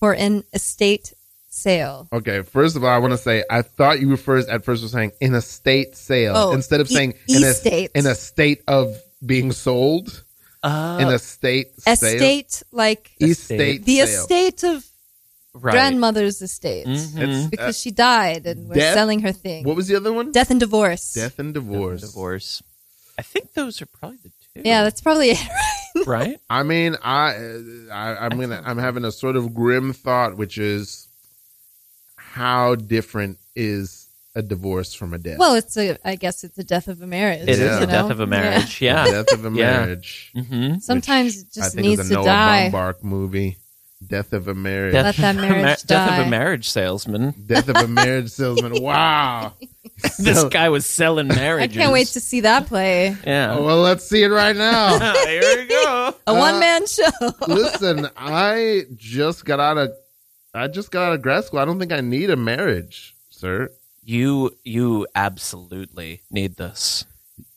S3: for an estate sale.
S2: Okay, first of all, I want to say I thought you were first at first were saying in a state sale
S3: Oh,
S2: instead of
S3: e-
S2: saying in a
S3: estate.
S2: in a state of being sold
S4: Uh,
S2: in a state sale.
S3: Estate, like
S2: estate
S3: the
S2: sale. Mm-hmm.
S3: estate of
S4: right.
S3: grandmother's estate
S4: Mhm.
S2: It's- uh,
S3: because she died and we're
S2: death?
S3: selling her thing.
S2: What was the other one?
S3: Death and divorce.
S2: Death and divorce.
S4: Divorce. I think those are probably the two.
S3: Yeah, that's probably it.
S4: right.
S2: I mean, I, I I'm gonna I'm having a sort of grim thought, which is how different is a divorce from a death?
S3: Well, it's a. I guess it's the death of a marriage.
S4: It is
S2: Yeah.
S3: you
S4: the
S3: know?
S4: death of
S3: Yeah.
S4: a marriage. Yeah.
S2: death of a
S4: Yeah.
S2: marriage.
S4: Mm-hmm.
S3: Sometimes
S2: which
S3: it just
S2: I think
S3: needs
S2: is a
S3: to
S2: Noah
S3: die.
S2: Baumbach movie, Death of a Marriage.
S3: Let that marriage
S4: death of
S3: die.
S4: a marriage salesman.
S2: Death of a marriage salesman. Wow.
S4: This
S2: So-
S4: guy was selling
S3: I
S4: marriages.
S3: can't wait to see that play.
S4: Yeah.
S2: Well, let's see it right now.
S4: Ah, here we go.
S3: A
S2: Uh,
S3: one man show.
S2: Listen, I just got out of I just got out of grad school. I don't think I need a marriage, sir.
S4: You you absolutely need this.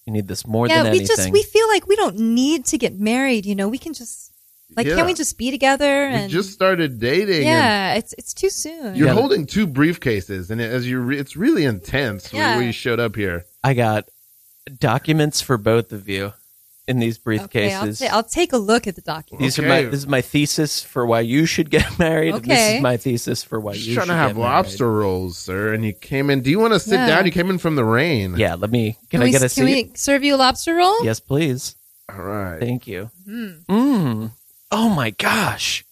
S4: You need this more
S3: yeah,
S4: than
S3: we
S4: anything.
S3: just we feel like we don't need to get married. You know, we can just like
S2: Yeah.
S3: can we just be together
S2: We
S3: and
S2: just started dating. and
S3: yeah, it's it's too soon.
S2: You're
S4: Yeah.
S2: holding two briefcases, and as you, re- it's really intense. where-
S3: Yeah.
S2: Where you showed up here,
S4: I got documents for both of you in these
S3: Okay, I'll,
S4: briefcases.
S3: ta- I'll take a look at the document.
S4: these are my
S2: Okay.
S4: this is my thesis for why you should get married. and this
S3: Okay.
S4: is my thesis for why
S2: just
S4: you
S2: trying
S4: should
S2: to have
S4: get married.
S2: lobster rolls, sir. And you came in. Do you want to sit
S3: Yeah.
S2: down? You came in from the rain.
S4: Yeah, let me. Can, I
S3: we,
S4: get a
S3: can
S4: seat?
S3: we serve you a lobster roll?
S4: Yes, please.
S2: All right.
S4: Thank you.
S3: Hmm.
S4: Mm. Oh my gosh.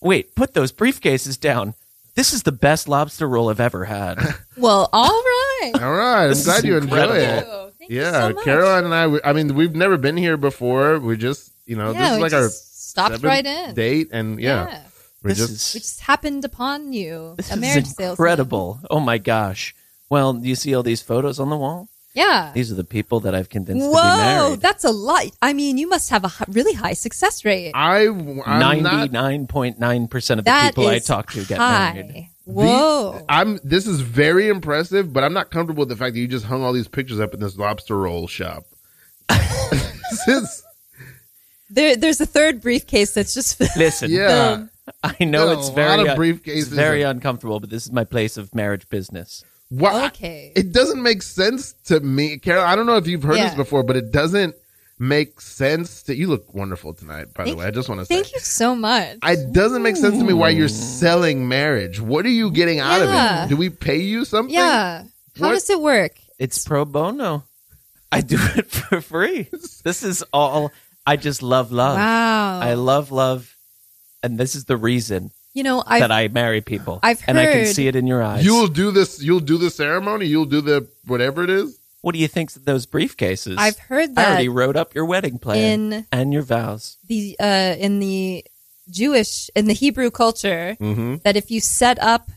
S4: Wait, put those briefcases down. This is the best lobster roll I've ever had.
S3: Well, all right.
S2: All right. I'm
S4: This
S2: glad
S4: is
S2: you
S4: incredible.
S2: enjoy
S3: Thank
S2: it.
S3: you. Thank you
S2: Yeah,
S3: so much.
S2: Caroline and I. we- I mean, we've never been here before. We just, you know,
S3: yeah,
S2: this is
S3: we
S2: like
S3: just
S2: our
S3: stopped
S2: seventh
S3: right in.
S2: date, and yeah, we're
S4: This
S2: just
S3: We
S4: is
S3: just happened upon you.
S4: this
S3: a marriage
S4: is
S3: salesman.
S4: incredible. Oh my gosh. Well, do you see all these photos on the wall?
S3: Yeah.
S4: These are the people that I've convinced to be
S3: Whoa,
S4: married.
S3: that's a lot. I mean, you must have a hi- really high success rate.
S2: I. I'm not.
S4: Ninety-nine point nine percent of the
S3: That
S4: people I
S3: is
S4: talk to get
S3: high.
S4: married.
S3: Whoa.
S2: I'm. This is very impressive, but I'm not comfortable with the fact that you just hung all these pictures up in this lobster roll shop. this is,
S3: there, there's a third briefcase that's just filled.
S4: Listen,
S2: yeah.
S4: I know
S2: Got
S4: it's
S2: a lot
S4: very
S2: of
S4: un-
S2: briefcases
S4: it's very
S2: and-
S4: uncomfortable, but this is my place of marriage business.
S2: Why?
S3: Okay.
S2: It doesn't make sense to me, Carol. I don't know if you've heard this
S3: Yeah.
S2: before, but it doesn't make sense to you. Look wonderful tonight, by
S3: Thank
S2: the way. I just want to say
S3: Thank you so much.
S2: It doesn't make sense to me why you're selling marriage. What are you getting out of
S3: Yeah.
S2: it? Do we pay you something?
S3: yeah. How
S2: What?
S3: does it work?
S4: It's pro bono. I do it for free. This is all. I just love love.
S3: Wow.
S4: Uh, I love love, and this is the reason
S3: you know, I've,
S4: that I marry people.
S3: I've
S4: and I can
S3: heard-
S4: see it in your eyes.
S2: You'll do this. You'll do the ceremony. You'll do the whatever it is.
S4: what do you think of those briefcases?
S3: I've heard
S4: I
S3: that
S4: already wrote up your wedding plan
S3: in
S4: and your vows.
S3: the uh, in the Jewish in the Hebrew culture
S2: Mm-hmm.
S3: that if you set up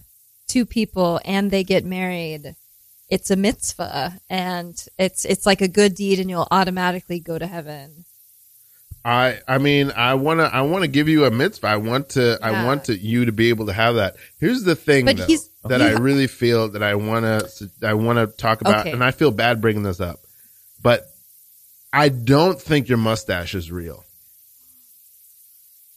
S3: two people and they get married, it's a mitzvah and it's it's like a good deed and you'll automatically go to heaven.
S2: I I mean I wanna I wanna give you a mitzvah. I want to I
S3: Yeah.
S2: want to, you to be able to have that. Here's the thing
S3: But
S2: though,
S3: he's-
S2: that
S3: you-
S2: I really feel that I wanna I wanna talk about,
S3: Okay.
S2: and I feel bad bringing this up, but I don't think your mustache is real.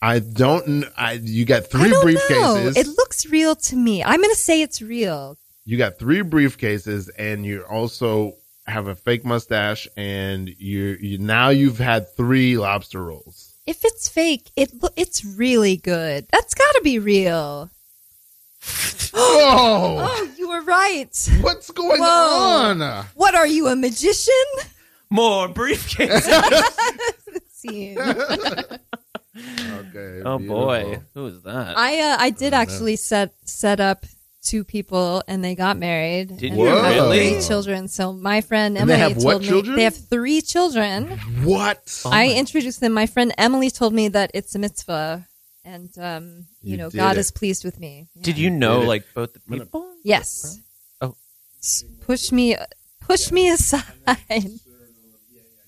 S2: I don't. kn- I you got three
S3: I don't
S2: briefcases.
S3: Know. It looks real to me. I'm gonna say it's real.
S2: you got three briefcases and you also have a fake mustache and you you now you've had three lobster rolls.
S3: If it's fake, it lo- it's really good. That's got to be real.
S2: Oh,
S3: Oh, you were right.
S2: what's going
S3: Whoa.
S2: on?
S3: What are you, a magician?
S4: More briefcases.
S3: See,
S2: Okay.
S4: oh boy,
S2: beautiful.
S4: who is that?
S3: I uh, I did
S2: Oh, no.
S3: actually set set up two people and they got married.
S4: Did
S3: and
S2: you
S3: they have
S2: really?
S3: Three children. So my friend
S2: And they
S3: Emily
S2: have what
S3: told me
S2: children?
S3: they have three children.
S2: What?
S4: Oh
S3: I
S4: my-
S3: introduced them. My friend Emily told me that it's a mitzvah, and um, you,
S2: You
S3: know
S2: did
S3: God
S2: it.
S3: is pleased with me. Yeah.
S4: Did you know
S2: Did it.
S4: like both the
S2: I'm gonna-
S4: people?
S3: Yes.
S4: Oh.
S3: S- Push me, push me aside.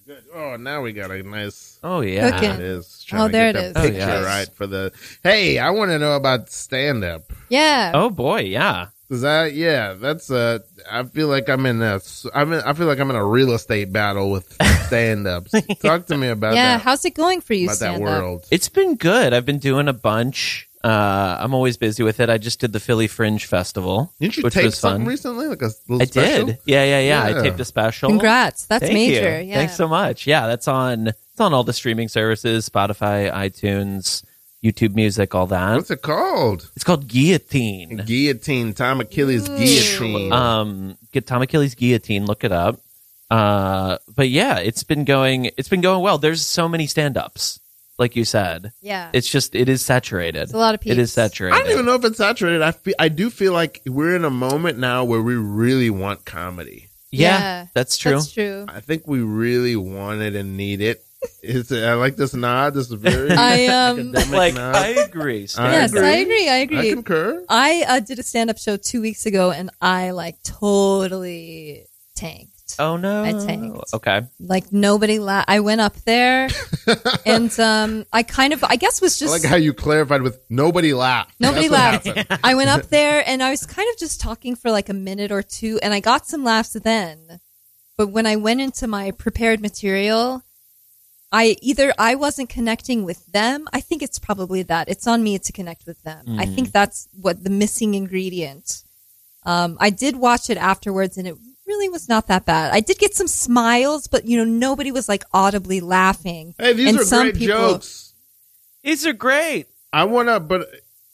S2: Good. Oh, now we got a nice.
S4: Oh yeah.
S3: Cooking.
S2: There it is. Trying to
S3: there
S2: get
S3: it
S2: that
S4: is. Oh,
S2: Picture
S4: yes.
S2: right for the. Hey, I want to know about stand up.
S3: yeah.
S4: Oh boy, yeah.
S2: Cause I yeah, that's uh I feel like I'm in a s- I'm in, I feel like I'm in a real estate battle with stand ups. Talk to me about
S3: yeah.
S2: that
S3: How's it going for you,
S2: about that
S3: stand up?
S2: world.
S4: It's been good. I've been doing a bunch. Uh, I'm always busy with it. I just did the Philly Fringe Festival,
S2: Didn't you
S4: which
S2: tape
S4: was
S2: something
S4: fun.
S2: recently? Like a little
S4: I
S2: special?
S4: did. Yeah, yeah, yeah,
S2: Yeah.
S4: I taped a special.
S3: Congrats. That's
S4: Thank you.
S3: major. Yeah.
S4: Thanks so much. Yeah, that's on. It's on all the streaming services: Spotify, iTunes, YouTube Music, all that.
S2: What's it called?
S4: it's called Guillotine.
S2: Guillotine. Tom Achilles
S3: Mm.
S2: guillotine.
S4: um get tom achilles guillotine look it up uh but yeah it's been going it's been going well there's so many stand-ups like you said
S3: Yeah.
S4: it's just it is saturated
S3: It's a lot of
S4: it is
S3: peeps.
S4: saturated
S2: I don't even know if it's saturated. I fe I do feel like we're in a moment now where we really want comedy.
S4: yeah,
S3: Yeah.
S4: that's true
S3: That's true.
S2: I think we really want it and need it. It's, I like this nod. This is very
S3: I, um,
S2: academic
S4: like
S2: nod.
S4: i agree Stan.
S2: I
S3: yes,
S2: agree.
S3: I agree. I
S2: I
S3: agree.
S2: concur.
S3: I uh, did a stand up show two weeks ago and I like totally tanked.
S4: oh no
S3: I tanked.
S4: okay
S3: Like nobody la- I went up there and um, I kind of, I guess was
S2: I
S3: just.
S2: like how you clarified with nobody laughed.
S3: Nobody
S2: That's what
S3: laughed.
S2: happened.
S3: I went up there and I was kind of just talking for like a minute or two and I got some laughs then. But when I went into my prepared material, I either I wasn't connecting with them. I think it's probably that. It's on me to connect with them. I
S2: Mm.
S3: think that's what the missing ingredient. Um, I did watch it afterwards and it really was not that bad. I did get some smiles, but you know, nobody was like audibly laughing.
S2: Hey, these
S3: and
S2: are great jokes.
S4: these are great
S2: I want to, but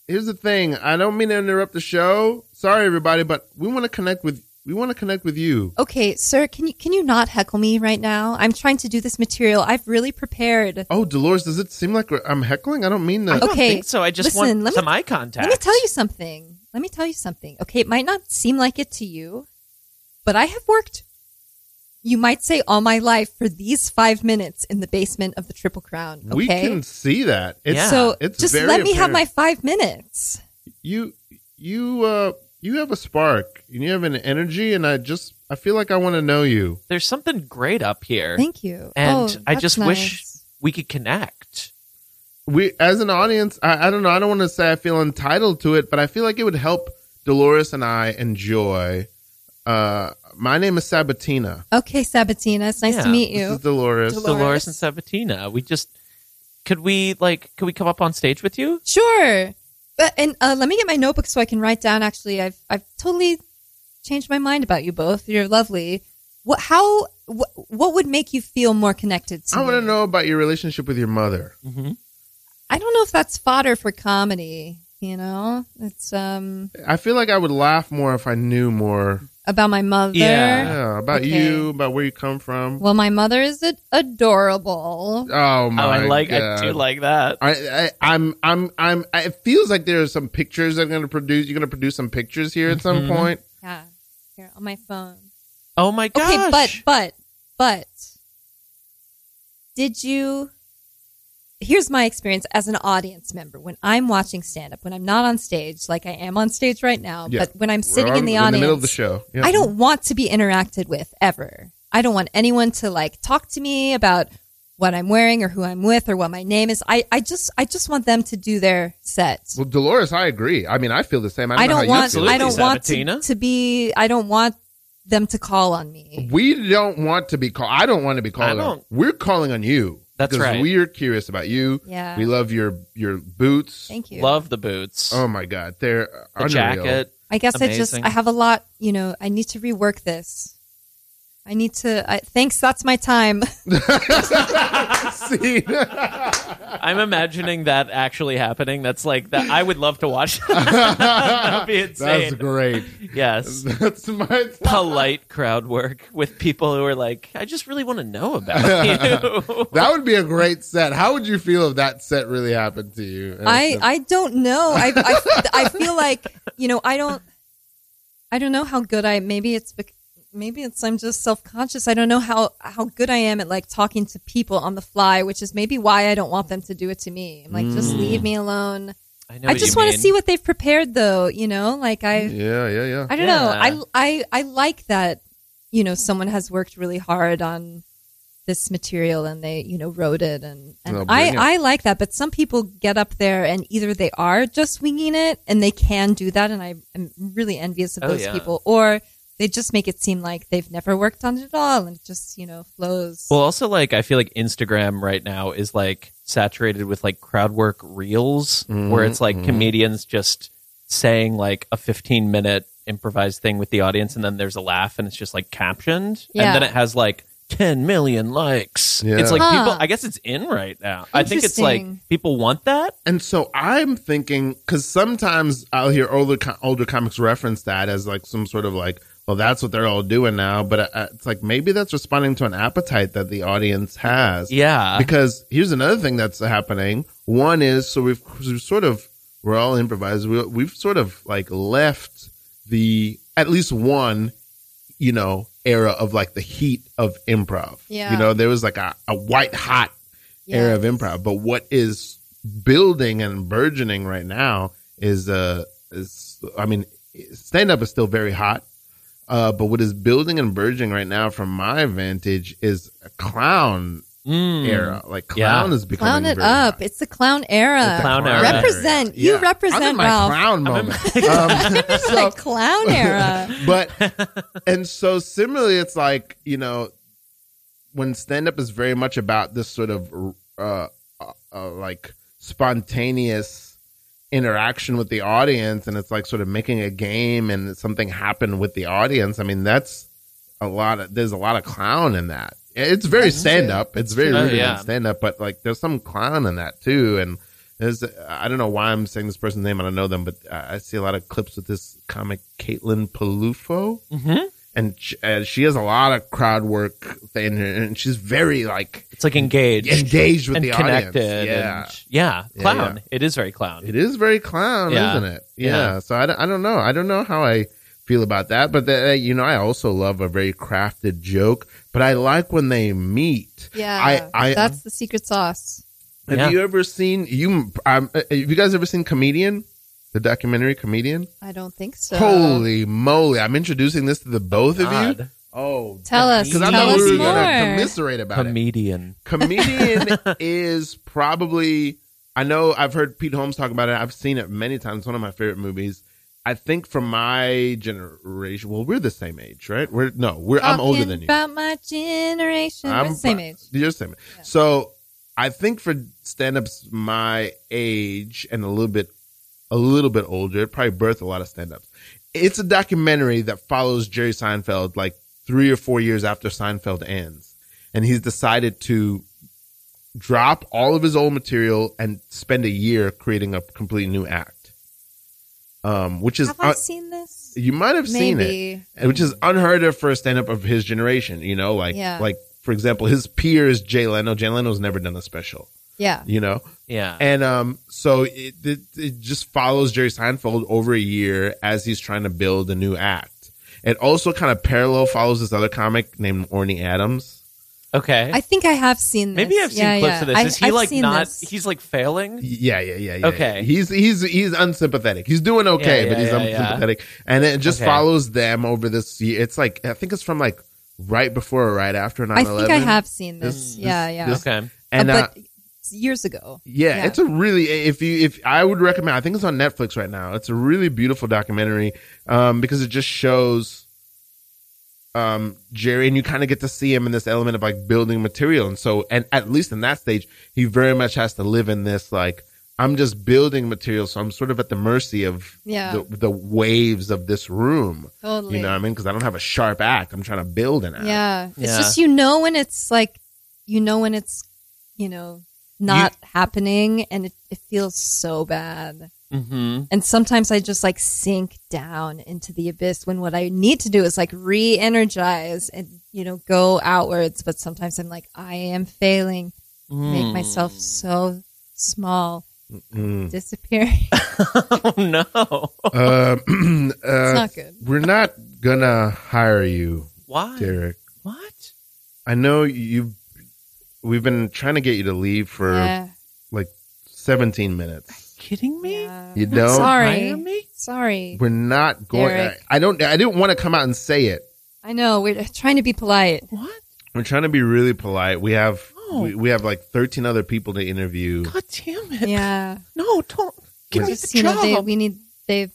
S2: here's the thing. I don't mean to interrupt the show. Sorry, everybody, but we want to connect with we want to connect with you.
S3: Okay, sir, can you can you not heckle me right now? I'm trying to do this material. I've really prepared.
S2: Oh, Dolores, does it seem like we're- I'm heckling? I don't mean
S4: I
S2: that.
S4: don't
S3: Okay,
S4: think so i just
S3: listen,
S4: want
S3: let me-
S4: some eye contact
S3: Let me tell you something. Let me tell you something. Okay, it might not seem like it to you, but I have worked you might say all my life for these 5 minutes in the basement of the Triple Crown, okay?
S2: We can see that. It's
S4: Yeah.
S3: so
S2: it's
S3: just
S2: very
S3: let me have
S2: apparent.
S3: my 5 minutes.
S2: you you uh you have a spark and you have an energy and I just I feel like I want to know you.
S4: there's something great up here
S3: Thank you.
S4: and
S3: Oh,
S4: i
S3: that's
S4: just wish
S3: nice.
S4: we could connect
S2: We as an audience, I, I don't know, I don't want to say I feel entitled to it, but I feel like it would help Dolores and I enjoy uh my name is Sabatina.
S3: Okay, Sabatina, it's nice to
S4: Yeah,
S3: meet
S2: This
S3: you.
S2: is Dolores.
S3: Dolores.
S4: dolores and sabatina we just could we like could we come up on stage with you
S3: Sure. But and uh, let me get my notebook so I can write down. Actually, I've I've totally changed my mind about you both. You're lovely. What? How? Wh- what would make you feel more connected? To
S2: I want
S3: me?
S2: to know about your relationship with your mother.
S4: mm-hmm.
S3: I don't know if that's fodder for comedy. You know, it's um
S2: I feel like I would laugh more if I knew more
S3: about my mother.
S4: Yeah.
S2: yeah, about
S3: Uh, Okay.
S2: you, about where you come from.
S3: Well, my mother is ad- adorable.
S2: Oh my!
S4: Oh, I like. I
S2: God.
S4: do like that.
S2: I, I I'm I'm I'm I- it feels like there are some pictures I'm gonna produce you're gonna produce some pictures here at some
S3: Mm-hmm.
S4: Mhm.
S2: point.
S3: Yeah, here on my phone.
S4: Oh my gosh!
S3: Okay, but but but did you Here's my experience as an audience member when I'm watching stand up, when I'm not on stage like I am on stage right now,
S2: Yeah.
S3: but when I'm sitting
S2: We're
S3: in the
S2: on-
S3: audience
S2: in the middle of the show. Yeah.
S3: I don't want to be interacted with ever. I don't want anyone to like talk to me about what I'm wearing or who I'm with or what my name is. I, I just I just want them to do their set.
S2: Well, Dolores, I agree. I mean, I feel the same. I don't,
S3: I don't
S2: know how
S3: want
S2: You feel.
S3: I don't want to,
S4: Sabatina.
S3: to be I don't want them to call on me.
S2: We don't want to be called. I don't want to be called.
S4: I
S2: on-
S4: don't.
S2: We're calling on you.
S4: That's
S2: because
S4: right.
S2: We are curious about you.
S3: Yeah.
S2: We love your your boots.
S3: Thank you.
S4: love the boots,
S2: Oh my God, they're
S4: the
S2: unreal.
S4: jacket.
S3: I guess I just
S4: Amazing.
S3: I have a lot, you know, I need to rework this. I need to I thanks that's my time.
S2: See,
S4: I'm imagining that actually happening. That's like that. I would love to watch. That'd be
S2: that's
S4: insane.
S2: great.
S4: Yes.
S2: That's my.
S4: Polite crowd work with people who are like, I just really want to know about you.
S2: That would be a great set. How would you feel if that set really happened to you?
S3: I I don't know. I, I I feel like, you know, I don't I don't know how good I maybe it's bec- maybe it's I'm just self-conscious. I don't know how how good I am at like talking to people on the fly, which is maybe why I don't want them to do it to me. I'm like just leave me alone.
S4: I know.
S3: I
S4: Mm. what
S3: just
S4: you
S3: want to
S4: mean.
S3: see what they've prepared though, you know? Like I
S2: Yeah, yeah, yeah.
S3: I don't
S4: Yeah.
S3: know. I, I I like that. You know, someone has worked really hard on this material and they you know wrote it and, and
S2: Well,
S3: I
S2: bring it.
S3: I like that. But some people get up there and either they are just winging it and they can do that, and I am really envious of
S4: Oh,
S3: those
S4: yeah.
S3: people, or They just make it seem like they've never worked on it at all, and it just you know flows.
S4: Well, also like I feel like Instagram right now is like saturated with like crowd work reels where it's
S2: Mm-hmm.
S4: like comedians just saying like a 15 minute improvised thing with the audience and then there's a laugh and it's just like captioned
S3: Yeah.
S4: and then it has like 10 million likes.
S2: Yeah.
S4: It's like
S3: Huh.
S4: people I guess it's in right now. I think it's like
S3: Interesting.
S4: people want that.
S2: And so I'm thinking because sometimes I'll hear older co- older comics reference that as like some sort of like, well, that's what they're all doing now. But uh, it's like maybe that's responding to an appetite that the audience has.
S4: Yeah.
S2: Because here's another thing that's happening. One is so we've, we've sort of we're all improvised. We, we've sort of like left the at least one, you know, era of like the heat of improv.
S3: Yeah.
S2: You know, there was like a, a white hot era of
S3: Yes.
S2: improv. But what is building and burgeoning right now is uh is I mean stand up is still very hot. Uh, but what is building and burgeoning right now, from my vantage, is a clown
S4: Mm.
S2: era. Like
S4: Yeah.
S2: clown is becoming
S3: clown it
S2: very
S3: up.
S2: hot.
S3: It's the clown era.
S4: The clown era.
S3: Represent. You represent,
S2: I'm in my
S3: Ralph.
S2: clown
S4: I'm in
S2: moment. um,
S3: It's like clown era.
S2: but and so similarly, it's like you know when stand up is very much about this sort of uh, uh, uh, like spontaneous interaction with the audience, and it's like sort of making a game and something happen with the audience. I mean, that's a lot of there's a lot of clown in that. It's very
S3: That's true.
S2: stand up. It's very
S4: true. Oh,
S2: rooted
S4: yeah.
S2: in stand up, but like there's some clown in that too, and. There's, I don't know why I'm saying this person's name. I don't know them, but uh, I see a lot of clips with this comic Caitlin Palufo,
S4: Mhm.
S2: and sh- uh, she has a lot of crowd work, and, and she's very like
S4: It's like engaged.
S2: engaged with
S4: and
S2: the
S4: connected.
S2: audience. Yeah,
S4: and- yeah.
S2: Yeah,
S4: Clown.
S2: yeah.
S4: It is very clown.
S2: it is very clown,
S4: Yeah.
S2: isn't it? Yeah.
S4: Yeah.
S2: So I don't, I don't know. I don't know how I feel about that, but the, uh, you know, I also love a very crafted joke. But I like when they meet.
S3: Yeah.
S2: I, I
S3: that's the secret sauce.
S2: Have
S4: Yeah.
S2: you ever seen you? Um, uh, have you guys ever seen Comedian? The documentary Comedian.
S3: I don't think so.
S2: Holy moly! I'm introducing this to the both of you.
S4: God.
S2: Oh,
S3: Tell us.
S2: because
S3: Tell
S2: I thought
S3: us
S2: we were gonna
S3: more.
S2: commiserate about it.
S4: Comedian.
S2: Comedian is probably. I know I've heard Pete Holmes talk about it. I've seen it many times. It's one of my favorite movies. I think from my generation. Well, we're the same age, right? We're no, we're I'm older
S3: Talking
S2: than you.
S3: About my generation. We're the same age.
S2: You're the same. age. So I think for stand-ups my age and a little bit, a little bit older, it probably birthed a lot of stand-ups. It's a documentary that follows Jerry Seinfeld like three or four years after Seinfeld ends, and he's decided to drop all of his old material and spend a year creating a complete new act. Um, which is
S3: Have I
S2: uh,
S3: seen this?
S2: you might have seen it
S3: Maybe.
S2: which is unheard of for a stand up of his generation. You know, like
S3: Yeah.
S2: like for example, his peer is Jay Leno. Jay Leno's never done a special.
S3: Yeah.
S2: You know,
S4: Yeah.
S2: and um, so it, it it just follows Jerry Seinfeld over a year as he's trying to build a new act. It also kind of parallel follows this other comic named Orny Adams.
S4: okay.
S3: I think I have seen this.
S4: Maybe I've seen
S3: Yeah,
S4: clips
S3: yeah.
S4: of this.
S3: I've-
S4: Is he
S3: I've
S4: like
S3: seen
S4: not?
S3: this.
S4: He's like failing.
S2: Yeah, yeah, yeah, yeah.
S4: Okay.
S2: yeah. he's he's he's unsympathetic. He's doing okay,
S4: Yeah,
S2: but
S4: yeah,
S2: he's
S4: yeah, yeah.
S2: unsympathetic, and it just
S4: Okay.
S2: follows them over this. year. It's like I think it's from like right before or right after 9-11.
S3: I think I have seen this.
S2: This-
S3: yeah,
S2: this-
S3: yeah.
S2: this-
S4: Okay.
S2: and
S3: Uh,
S2: uh,
S3: but years ago.
S2: Yeah,
S3: Yeah.
S2: it's a really if you if I would recommend. I think it's on Netflix right now. It's a really beautiful documentary um, because it just shows um, Jerry, and you kind of get to see him in this element of like building material, and so and at least in that stage, he very much has to live in this like I'm just building material, so I'm sort of at the mercy of
S3: Yeah.
S2: the, the waves of this room.
S3: Totally.
S2: You know what I mean? Because I don't have a sharp act. I'm trying to build an act.
S3: Yeah. It's
S4: Yeah.
S3: just you know when it's like you know when it's you know not happening and it, it feels so bad.
S4: Mm-hmm.
S3: And sometimes I just like sink down into the abyss when what I need to do is like re energize and you know go outwards. But sometimes I'm like, I am failing,
S4: Mm.
S2: Hmm.
S3: make myself so small,
S2: Mm.
S3: disappearing.
S4: Oh no!
S2: Uh, uh,
S3: it's not good.
S2: we're not gonna hire you,
S4: Why?
S2: Derek.
S4: What?
S2: I know you. We've been trying to get you to leave for
S3: Yeah.
S2: 17 minutes.
S4: Kidding me?
S3: yeah.
S2: You don't.
S4: Hire
S3: Sorry.
S4: me?
S3: Sorry.
S2: We're not going. I,
S3: Derek.
S2: I don't. I didn't want to come out and say it.
S3: I know. We're trying to be polite.
S4: What?
S2: We're trying to be really polite. We have.
S4: Oh.
S2: We, we have like 13 other people to interview.
S4: God damn it!
S3: Yeah.
S4: No, don't give me
S3: Just,
S4: the
S3: you know,
S4: job.
S3: they, we need they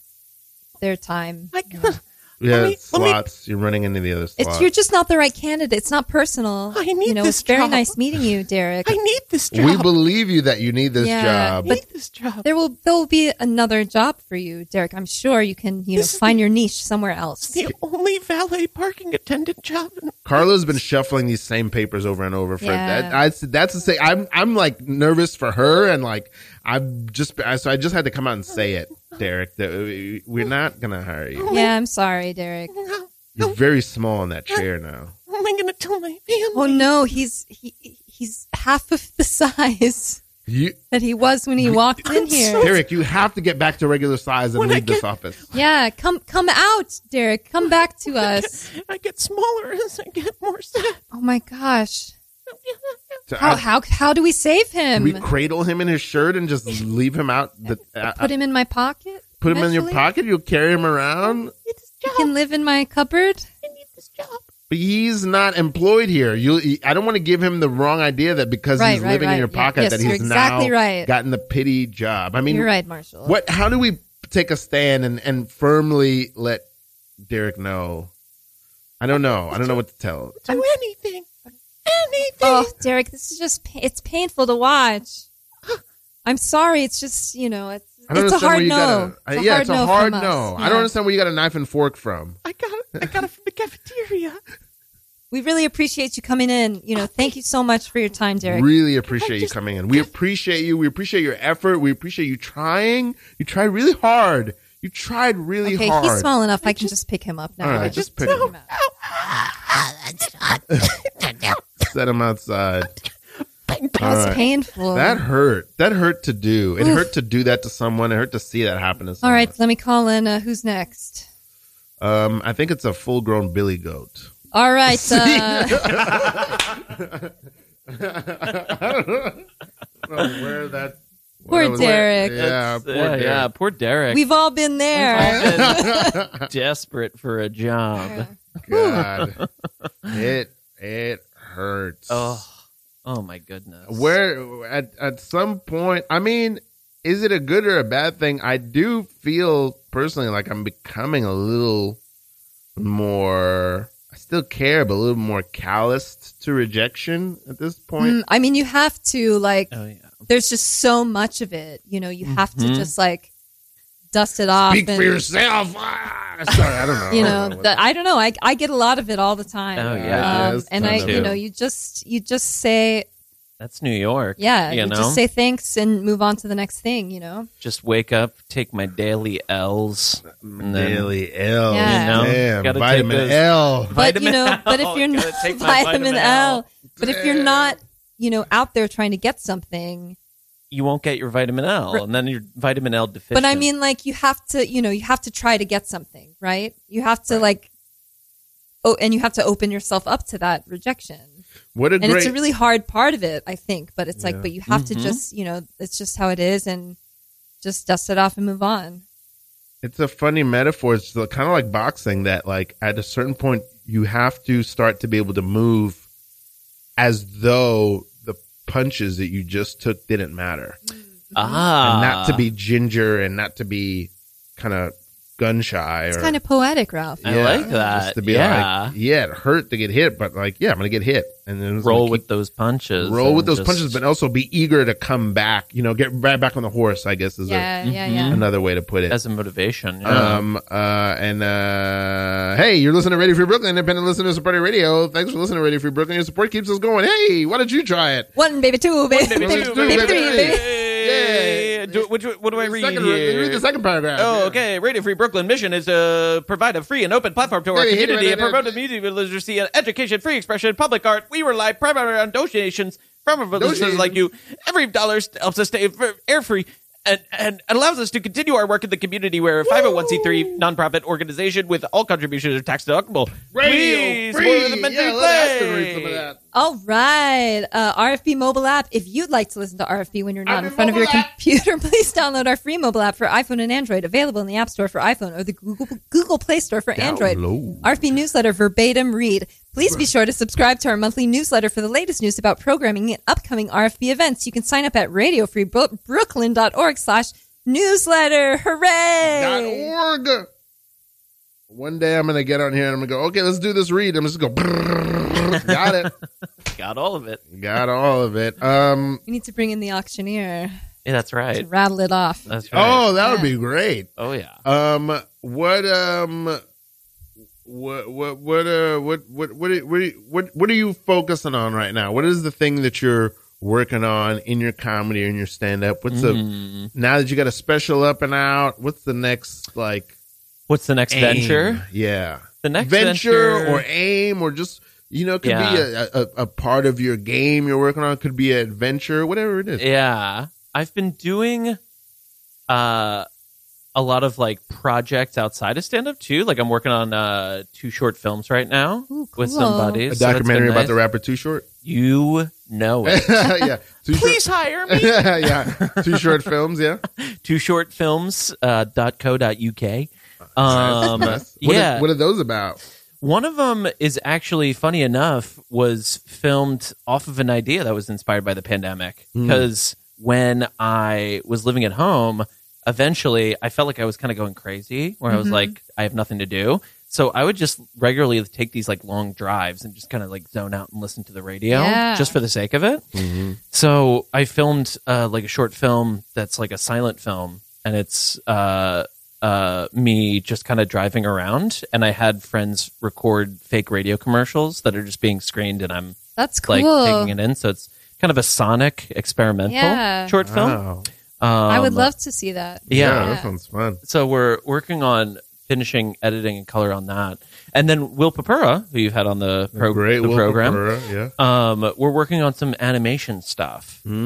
S3: their time.
S4: I got.
S2: Yeah,
S4: me- let me-
S2: slots. You're running into the other slots.
S3: It's, you're just not the right candidate. It's not personal.
S4: I need
S3: you know,
S4: this
S3: it's very
S4: job.
S3: nice meeting you, Derek.
S4: I need this job.
S2: we believe you that you need this
S3: Yeah.
S2: job.
S4: I need this job.
S3: There will there will be another job for you, Derek. I'm sure you can you know
S4: This is
S3: find your niche somewhere else.
S4: The only valet parking attendant job. in-
S2: Carla's been shuffling these same papers over and over for
S3: Yeah.
S2: that. I, that's the thing. I'm I'm like nervous for her and like I'm just I, so I just had to come out and say it, Derek. That we- we're not gonna hire you.
S3: Yeah, I'm sorry, Derek.
S4: How,
S2: You're very small in that chair now.
S4: how am I going to tell my family?
S3: Oh no, he's he he's half of the size
S2: You,
S3: that he was when he walked in
S4: I'm
S3: here.
S4: so-
S2: Derek, you have to get back to regular size and
S4: When I
S2: leave this
S4: get-
S2: office.
S3: Yeah, come come out, Derek. Come back to us.
S4: I get smaller as I get more sad.
S3: Oh my gosh.
S2: So
S3: How
S2: I-
S3: how how do we save
S2: can
S3: him?
S2: we cradle him in his shirt and just leave him out. The, uh,
S3: Put him in my pocket?
S2: put him in your
S3: eventually?
S2: pocket. You'll carry him around.
S4: It's
S3: He
S4: job.
S3: can live in my cupboard?
S4: I need this job.
S2: But he's not employed here. You, I don't want to give him the wrong idea that because
S3: Right,
S2: he's
S3: right,
S2: living in
S3: right.
S2: your
S3: Yeah.
S2: pocket
S3: Yes,
S2: that
S3: you're
S2: he's
S3: exactly
S2: now
S3: right.
S2: gotten the pity job. I mean,
S3: You're right, Marshall.
S2: what? How do we take a stand and and firmly let Derek know? I don't know. I don't know what to tell.
S4: Do anything. Anything.
S3: Oh, Derek, this is just pa- it's painful to watch. I'm sorry, it's just, you know, it's
S2: I don't
S3: it's a
S2: understand
S3: hard
S2: where you
S3: no.
S2: got a, yeah, it's a hard
S3: from us.
S2: no. I
S3: Yeah.
S2: don't understand where you got a knife and fork from.
S4: I got it. I got it from the cafeteria.
S3: We really appreciate you coming in. You know, thank you so much for your time, Derek.
S2: Really appreciate you
S4: just-
S2: coming in. We appreciate you. We appreciate your effort. We appreciate you trying. You tried really hard. You tried really
S3: okay,
S2: hard.
S3: he's small enough. I can just pick him up now.
S2: All right,
S3: I
S2: just pick him
S3: up.
S2: Set him outside.
S3: That was
S2: All right.
S3: painful.
S2: That hurt. That hurt to do. It hurt to do that to someone. It hurt to see that happen to
S3: All
S2: someone.
S3: right, let me call in. Uh, who's next?
S2: Um, I think it's a full grown billy goat.
S3: All right, uh,
S2: where that.
S3: Poor
S2: that was-
S3: Derek.
S2: Yeah,
S4: That's- uh,
S2: poor
S4: yeah,
S2: Derek.
S4: yeah, poor Derek.
S3: we've all been there.
S4: desperate for a job.
S3: Mm,
S2: God. it it hurts.
S4: Oh, oh my goodness.
S2: Where at at some point, I mean, is it a good or a bad thing? I do feel personally like I'm becoming a little more. I still care, but a little more calloused to rejection at this point.
S3: Mm, I mean, you have to like.
S4: Oh yeah.
S3: There's just so much of it. You know, you have to
S4: Mhm.
S3: just like dust it off.
S2: Mm-hmm. Speak
S3: and,
S2: for yourself. Ah, sorry, I don't know.
S3: Mm, You
S2: I don't
S3: know,
S2: what-
S3: that, I don't know. I I get a lot of it all the time.
S4: Oh, yeah.
S2: Yeah,
S3: Um,
S2: it's
S3: and
S2: ton
S3: I,
S2: of
S3: you
S2: it.
S3: know, you just you just say,
S4: That's New York.
S3: yeah,
S4: You
S3: you,
S4: know?
S3: just say thanks and move on to the next thing. You know,
S4: Just wake up, take my daily L's. And then-
S2: Daily L.
S3: Yeah. You know,
S2: Damn,
S4: gotta take
S2: vitamin
S4: those-
S2: L.
S3: but you
S4: Vitamin
S3: know,
S4: L.
S3: but if you're
S4: Gotta
S3: not
S4: take my vitamin L.
S3: but if you're not, you know, out there trying to get something,
S4: You won't get your vitamin L, and then your vitamin L deficient.
S3: But I mean, like, you have to, you know, you have to try to get something, right? You have to, like, oh, and you have to open yourself up to that rejection.
S2: What a
S3: And
S2: great.
S3: it's a really hard part of it, I think. But it's
S2: Yeah.
S3: like, but you have
S4: Mhm.
S3: to just, you know, it's just how it is and just dust it off and move on.
S2: it's a funny metaphor. It's kind of like boxing that like at a certain point you have to start to be able to move as though the punches that you just took didn't matter.
S4: ah,
S2: and not to be ginger and not to be kind of gun shy
S3: It's
S2: or
S3: kind of poetic, Ralph.
S4: I like that.
S2: Just to be
S4: Yeah.
S2: like, yeah, it hurt to get hit, but like, yeah, I'm gonna get hit, and then it's
S4: roll
S2: like,
S4: with those punches.
S2: roll
S4: and
S2: with those
S4: just-
S2: punches, but also be eager to come back. You know, get right back on the horse. I guess is
S3: Yeah, yeah,
S4: Mhm.
S2: a,
S3: yeah.
S2: another way to put it.
S4: as a motivation. yeah.
S2: Um, uh, and uh, hey, you're listening to Radio Free Brooklyn, independent listeners of Party Radio. Thanks for listening to Radio Free Brooklyn. Your support keeps us going. Hey, why don't you try it?
S3: One, baby, two, baby,
S2: baby,
S3: baby,
S2: two,
S3: baby,
S2: baby,
S3: three,
S2: three.
S3: baby.
S2: Yeah.
S4: Yeah. Do, which, what do I read
S2: Second,
S4: here?
S2: read the second paragraph.
S4: Oh, okay. Radio Free Brooklyn mission is to provide a free and open platform to our
S2: Hey, hey,
S4: community
S2: hey,
S4: and
S2: hey,
S4: promote
S2: hey.
S4: media literacy and education, free expression, public art. We rely primarily on donations from our listeners
S2: Donations.
S4: like you. Every dollar st- helps us stay fr- air free and, and allows us to continue our work in the community. We're a 501c3 nonprofit organization with all contributions are tax deductible.
S2: Radio
S4: Please,
S2: free.
S4: more than
S2: yeah, let Aston read some of that.
S3: All right. Uh, RFB mobile app. If you'd like to listen to RFB when you're not in
S2: RFB
S3: front of your
S2: mobile app.
S3: computer, please download our free mobile app for iPhone and Android, available in the App Store for iPhone or the Google Google Play Store for Android.
S2: Download.
S3: RFB newsletter verbatim read. Please be sure to subscribe to our monthly newsletter for the latest news about programming and upcoming RFB events. You can sign up at radiofreebrooklyn.org slash newsletter.
S2: Dot
S3: Hooray!
S2: org. One day I'm gonna get on here and I'm gonna go, okay, let's do this read. I'm just gonna go got it.
S4: Got all of it.
S2: Got all of it. Um
S3: We need to bring in the auctioneer
S4: Yeah, that's
S3: to
S4: right. Uh,
S3: rattle it off.
S4: That's right.
S2: oh, that would
S3: Yeah.
S2: be great.
S4: Oh, yeah.
S2: Um what um what what what uh what what what are- what are- what what are you focusing on right now? What is the thing that you're working on in your comedy or in your stand up? What's the
S4: Mm.
S2: now that you got a special up and out, what's the next like
S4: What's the next
S2: aim?
S4: venture?
S2: Yeah.
S4: The next
S2: venture, or aim or just you know it could
S4: Yeah.
S2: be a, a, a part of your game you're working on it could be an adventure whatever it is
S4: Yeah. I've been doing uh a lot of like projects outside of stand up too. Like I'm working on uh two short films right now
S3: Ooh,
S4: with
S3: cool.
S4: somebody.
S2: a documentary about the rapper too short
S4: You know it.
S2: yeah too short
S4: Please hire me.
S2: yeah too short films yeah
S4: two short films uh, dot co dot uk. Um,
S2: Nice. what,
S4: yeah.
S2: are, what are those about
S4: One of them is actually funny enough was filmed off of an idea that was inspired by the pandemic
S2: Hmm.
S4: because when I was living at home, eventually I felt like I was kind of going crazy where I was
S3: Mhm.
S4: like I have nothing to do. So I would just regularly take these like long drives and just kind of like zone out and listen to the radio
S3: Yeah.
S4: just for the sake of it. So I filmed uh, like a short film that's like a silent film, and it's uh, uh, me just kind of driving around, and I had friends record fake radio commercials that are just being screened, and I'm
S3: That's cool.
S4: like taking it in. So it's kind of a sonic experimental
S3: Yeah.
S4: short film.
S2: Wow.
S3: I would
S4: Um,
S3: love to see that.
S2: yeah,
S4: yeah.
S2: that sounds fun
S4: So we're working on finishing editing and color on that, and then Will Papura, who you've had on the, pro-
S2: great
S4: the
S2: Will
S4: program,
S2: Ferrell, yeah
S4: um, we're working on some animation stuff
S2: Mm.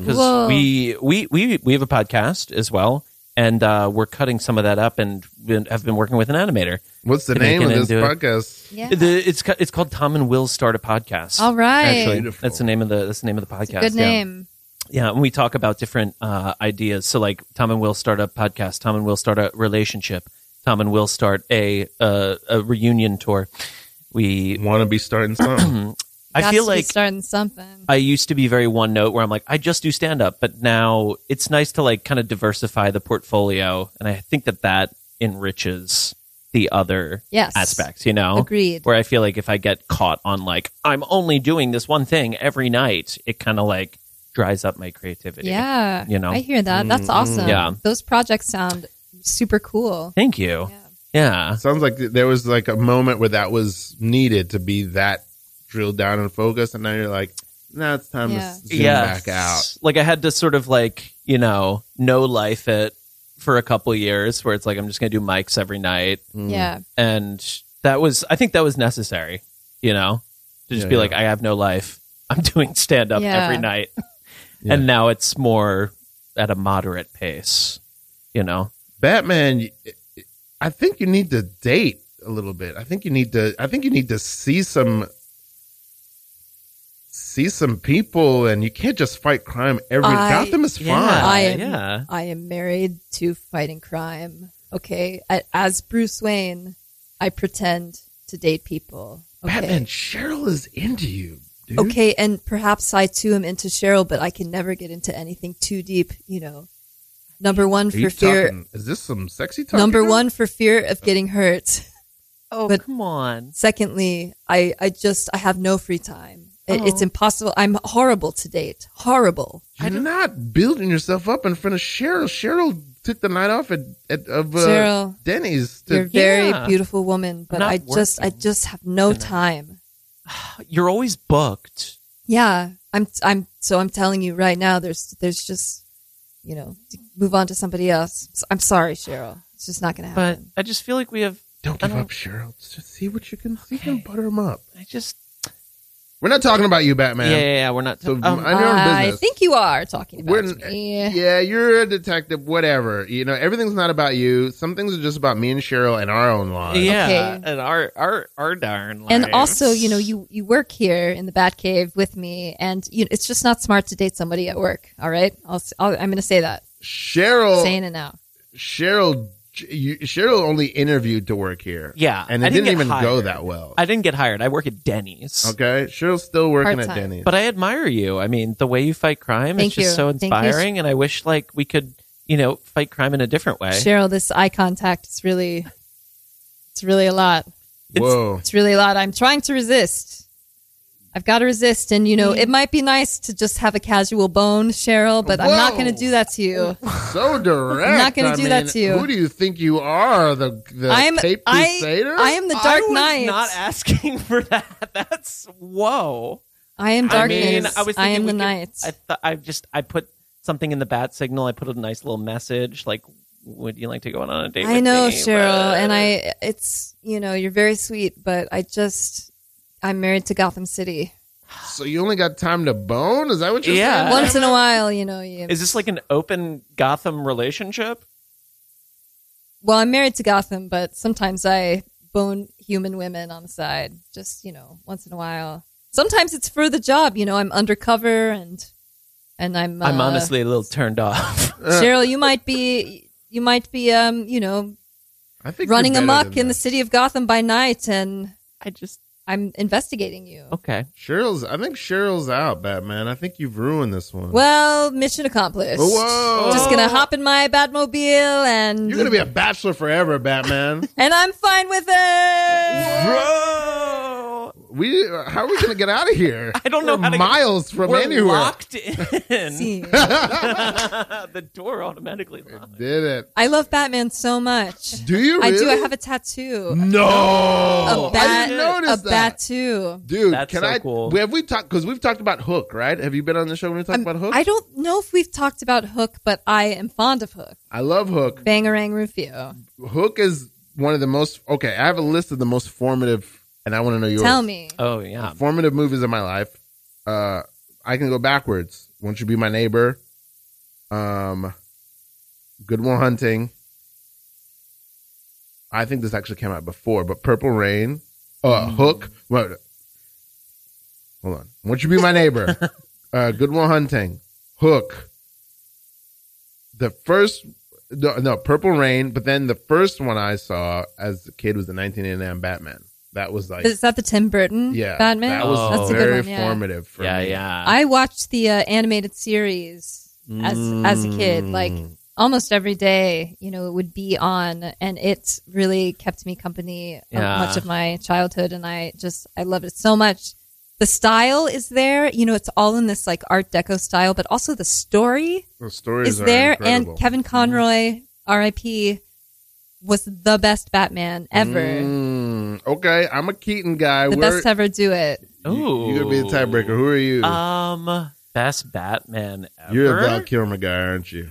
S4: because
S3: Whoa.
S4: we, we we we have a podcast as well, and uh, we're cutting some of that up and been, have been working with an animator.
S2: what's the
S4: Can
S2: name
S4: make
S2: of
S4: it
S2: this
S4: into it.
S2: podcast
S3: Yeah.
S4: The, it's ca- it's called Tom and Will Start a Podcast.
S3: All right.
S4: Actually,
S2: Beautiful.
S4: that's the name of the that's the name of the
S3: It's a
S4: podcast.
S3: good
S4: yeah.
S3: name.
S4: Yeah, and we talk about different uh, ideas. So, like Tom and Will start a podcast. Tom and Will start a relationship. Tom and Will start a uh, a reunion tour. We,
S2: want to be starting something
S4: I
S3: Got
S4: feel
S3: to be
S4: like
S3: starting something.
S4: I used to be very one note where I'm like, I just do stand up, but now it's nice to like kind of diversify the portfolio. And I think that that enriches the other
S3: yes.
S4: aspects, you know?
S3: Agreed.
S4: Where I feel like if I get caught on like, I'm only doing this one thing every night, it kind of like dries up my creativity.
S3: Yeah.
S4: You know?
S3: I hear that. That's
S2: Mm,
S3: awesome.
S4: yeah.
S3: Those projects sound super cool.
S4: Thank you.
S3: Yeah.
S4: Yeah.
S2: sounds like th- there was like a moment where that was needed to be that drilled down and focused, and now you're like, now it's time
S3: Yeah.
S2: to zoom back out.
S4: Like I had to sort of like, you know, no life it for a couple years where it's like, I'm just going to do mics every night.
S2: Mm.
S3: Yeah.
S4: and that was i think that was necessary you know to just
S2: Yeah,
S4: be
S2: yeah.
S4: like i have no life i'm doing stand up
S3: Yeah.
S4: every night
S2: Yeah.
S4: and now it's more at a moderate pace you know
S2: Batman, y- I think you need to date a little bit. I think you need to. I think you need to see some. See some people, and you can't just fight crime every.
S3: I-
S2: Gotham is fine.
S3: I am-
S4: yeah
S3: I am married to fighting crime. Okay. I, as Bruce Wayne, I pretend to date people. Okay.
S2: Batman, Cheryl is into you, dude.
S3: Okay, and perhaps I too am into Cheryl, but I can never get into anything too deep, you know. Number one
S2: Are you
S3: for fear
S2: talking- is this some sexy talk?
S3: number
S2: here?
S3: one for fear of getting hurt.
S4: oh
S3: but-
S4: come on
S3: Secondly, I, I just I have no free time. It,
S2: Oh.
S3: It's impossible. I'm horrible to date. Horrible.
S2: You're not building yourself up in front of Cheryl. Cheryl took the night off at, at of uh,
S3: Cheryl,
S2: Denny's. To,
S3: You're a very
S4: Yeah.
S3: beautiful woman, but
S4: not
S3: I just I
S4: working
S3: just have no
S4: tonight.
S3: time.
S4: you're always booked
S3: Yeah, I'm I'm so I'm telling you right now. There's there's just you know move on to somebody else. So- I'm sorry, Cheryl. It's just not gonna
S4: but
S3: happen.
S4: i just feel like we have
S2: don't
S4: I
S2: give
S4: don't-
S2: up, Cheryl. Just see what you can. See if you can butter him up.
S4: i just
S2: We're not talking about you, Batman.
S4: yeah, yeah yeah we're not
S2: So,
S4: um,
S2: I know your
S3: I
S2: business.
S3: think you are talking about
S2: We're- eh,
S3: me.
S2: Yeah, you're a detective. Whatever. You know, everything's not about you. Some things are just about me and Cheryl and our own lives.
S4: yeah
S3: Okay.
S4: and our our our darn
S3: And
S4: lives.
S3: also, you know, you you work here in the Batcave with me, and you know, it's just not smart to date somebody at work. All right, I'll, s- I'll I'm gonna say that,
S2: Cheryl.
S3: saying it now.
S2: Cheryl. You, Cheryl only interviewed to work here.
S4: Yeah,
S2: and it
S4: I
S2: didn't,
S4: didn't get
S2: even go
S4: hired.
S2: that well.
S4: i didn't get hired i work at denny's
S2: okay, Cheryl's still working at
S3: Part-time.
S2: Denny's.
S4: But I admire you. I mean, the way you fight crime
S3: Thank
S4: is just
S3: you.
S4: so
S3: Thank you.
S4: inspiring, and I wish like we could, you know, fight crime in a different way.
S3: Cheryl, this eye contact is really It's really a lot.
S2: Whoa.
S3: It's really a lot. I'm trying to resist. I've got to resist. And, you know, it might be nice to just have a casual bone, Cheryl, but I'm not
S2: Whoa.
S3: going to do that to you.
S2: So direct.
S3: I'm not gonna
S2: I
S3: do that
S2: mean,
S3: to you.
S2: Who do you think you are? The the
S3: I'm,
S2: tape
S3: I,
S2: crusader?
S3: I am the
S4: I
S3: Dark
S4: was
S3: Knight.
S4: not asking for that. That's whoa.
S3: I am
S4: I
S3: Dark
S4: mean,
S3: Knight.
S4: I was.
S3: I
S4: thinking
S3: am
S4: we
S3: the
S4: could-
S3: Knight.
S4: I th- I just I put something in the bat signal. I put a nice little message like, "Would you like to go on a date?"
S3: I
S4: with
S3: know,
S4: me?"
S3: Cheryl,
S4: But-
S3: and I. It's you know, you're very sweet, but I just I'm married to Gotham City.
S2: so you only got time to bone? Is that what you're
S4: Yeah.
S2: saying?
S3: Once in a while, you know. You,
S4: Uh, Is this like an open Gotham relationship?
S3: well, I'm married to Gotham, but sometimes I bone human women on the side, just you know, once in a while. Sometimes it's for the job, you know. I'm undercover and and I'm.
S4: I'm
S3: uh,
S4: honestly a little turned off.
S2: Uh,
S3: Cheryl. You might be. You might be. Um, you know,
S2: I think you're
S3: running
S2: better
S3: amok
S2: than
S3: in
S2: that.
S3: the city of Gotham by night, and
S4: I just
S3: I'm investigating you.
S4: okay.
S2: Cheryl's. I think Cheryl's out, Batman. I think you've ruined this one.
S3: Well, mission accomplished.
S2: Whoa.
S3: Just gonna hop in my Batmobile and
S2: you're gonna be a bachelor forever, Batman.
S3: and I'm fine with it.
S4: Bro,
S2: we how are we gonna get out of here?
S4: I don't know
S2: We're
S4: how to-
S2: miles from
S4: we're
S2: anywhere.
S4: locked in.
S3: See,
S4: the door automatically locked.
S2: Did it?
S3: I love Batman so much.
S2: Do you?
S3: I
S2: Really?
S3: do. I have a tattoo.
S2: no. Oh,
S3: A
S2: I
S3: bat.
S2: didn't
S3: A
S2: notice that.
S3: tattoo.
S2: Dude,
S4: That's
S2: can
S4: so
S2: I?
S4: cool.
S2: Have we talked? Because we've talked about Hook, right? Have you been on the show when we talked about Hook?
S3: Um, I don't know if we've talked about Hook, but I am fond of Hook.
S2: I love Hook.
S3: Bangarang Rufio.
S2: Hook is one of the most okay. I have a list of the most formative, and I want to know yours.
S3: Tell me.
S4: Oh yeah.
S2: formative movies in my life. Uh, I can go backwards. Won't you be my neighbor? Um, Good Will Hunting. I think this actually came out before, but Purple Rain, uh, Hook. Wait, hold on. Won't you be my neighbor? uh, Good Will Hunting, Hook. The first, no, no, Purple Rain. But then the first one I saw as a kid was the 1989 Batman. That was like
S3: Is that the Tim Burton
S2: yeah,
S3: Batman?
S2: That was
S4: Oh.
S3: That's a good
S2: very
S3: one, yeah.
S2: formative for
S4: Yeah,
S2: me.
S4: yeah.
S3: I watched the uh, animated series as as a
S4: Mm.
S3: kid, like almost every day. You know, it would be on, and it really kept me company uh,
S4: Yeah.
S3: much of my childhood. And I just I love it so much. The style is there. You know, it's all in this like Art Deco style, but also the story
S2: The stories
S3: is
S2: are
S3: there.
S2: incredible.
S3: And Kevin
S4: Mm-hmm.
S3: Conroy, R.I.P., was the best Batman ever.
S2: Mm, okay, I'm a Keaton guy.
S3: The
S2: We're,
S3: best ever do it.
S4: Ooh.
S2: You're gonna be the tiebreaker. Who are you?
S4: Um, best Batman ever.
S2: You're a Val Kilmer guy, aren't you?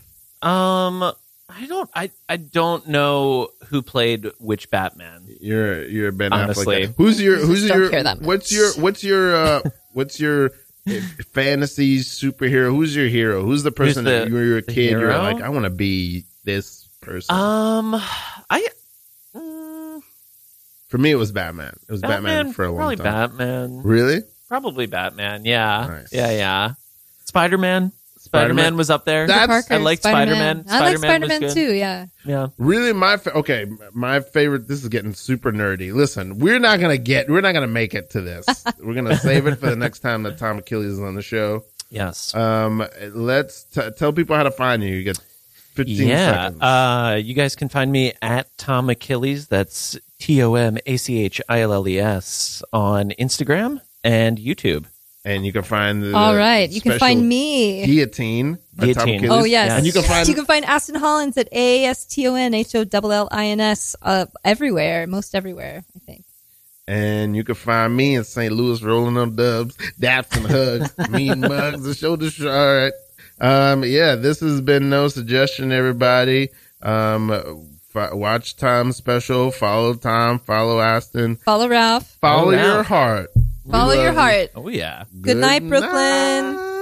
S4: um, I don't, I, I don't know who played which Batman.
S2: You're you're a Ben
S4: Honestly.
S2: Affleck. Guy. Who's your who's
S3: Don't
S2: your
S3: care that much.
S2: what's your what's your uh what's your eh, fantasy superhero? Who's your hero? Who's the person
S4: the-
S2: that you were a
S4: the
S2: kid? You're
S4: hero?
S2: like, I want to be this person.
S4: Um, I, mm,
S2: for me, it was Batman. It was Batman,
S4: Batman,
S2: for a long
S4: probably
S2: time.
S4: Batman,
S2: Really?
S4: probably Batman. Yeah,
S2: Nice.
S4: yeah, yeah. Spider Man, Spider Man was up there.
S2: That- That's-
S3: Parker,
S4: I liked Spider-Man.
S3: I like
S4: Spider-Man was
S3: Spider-Man
S4: good.
S3: too. Yeah.
S4: yeah,
S2: Really, my fa- okay, my favorite. This is getting super nerdy. Listen, we're not gonna get, we're not gonna make it to this. we're gonna save it for the next time that Tom Achilles is on the show.
S4: yes.
S2: Um, let's t- tell people how to find you. You get fifteen
S4: yeah,
S2: seconds.
S4: uh, you guys can find me at Tom Achilles. That's T O M A C H I L L E S on Instagram and YouTube.
S2: and you can find the
S3: All right. You can
S2: special
S3: find me.
S2: guillotine. by Tom
S4: Guillotine.
S2: Achilles.
S3: Oh yes,
S4: Yeah.
S2: and you can find
S3: you can find Aston Hollins at a s t o n h o l l i n s uh, everywhere, most everywhere, I think.
S2: and you can find me in St. Louis rolling up dubs, daps and hugs, mean mugs and shoulder sh- All right. Um, yeah, this has been no suggestion, everybody. Um, f- watch Tom special, follow Tom, follow Aston,
S3: Follow Ralph.
S2: follow
S4: Follow
S2: your
S4: Ralph.
S2: heart. We
S3: Follow your
S2: love you.
S3: heart.
S4: Oh yeah.
S3: Good night, Brooklyn.
S2: night.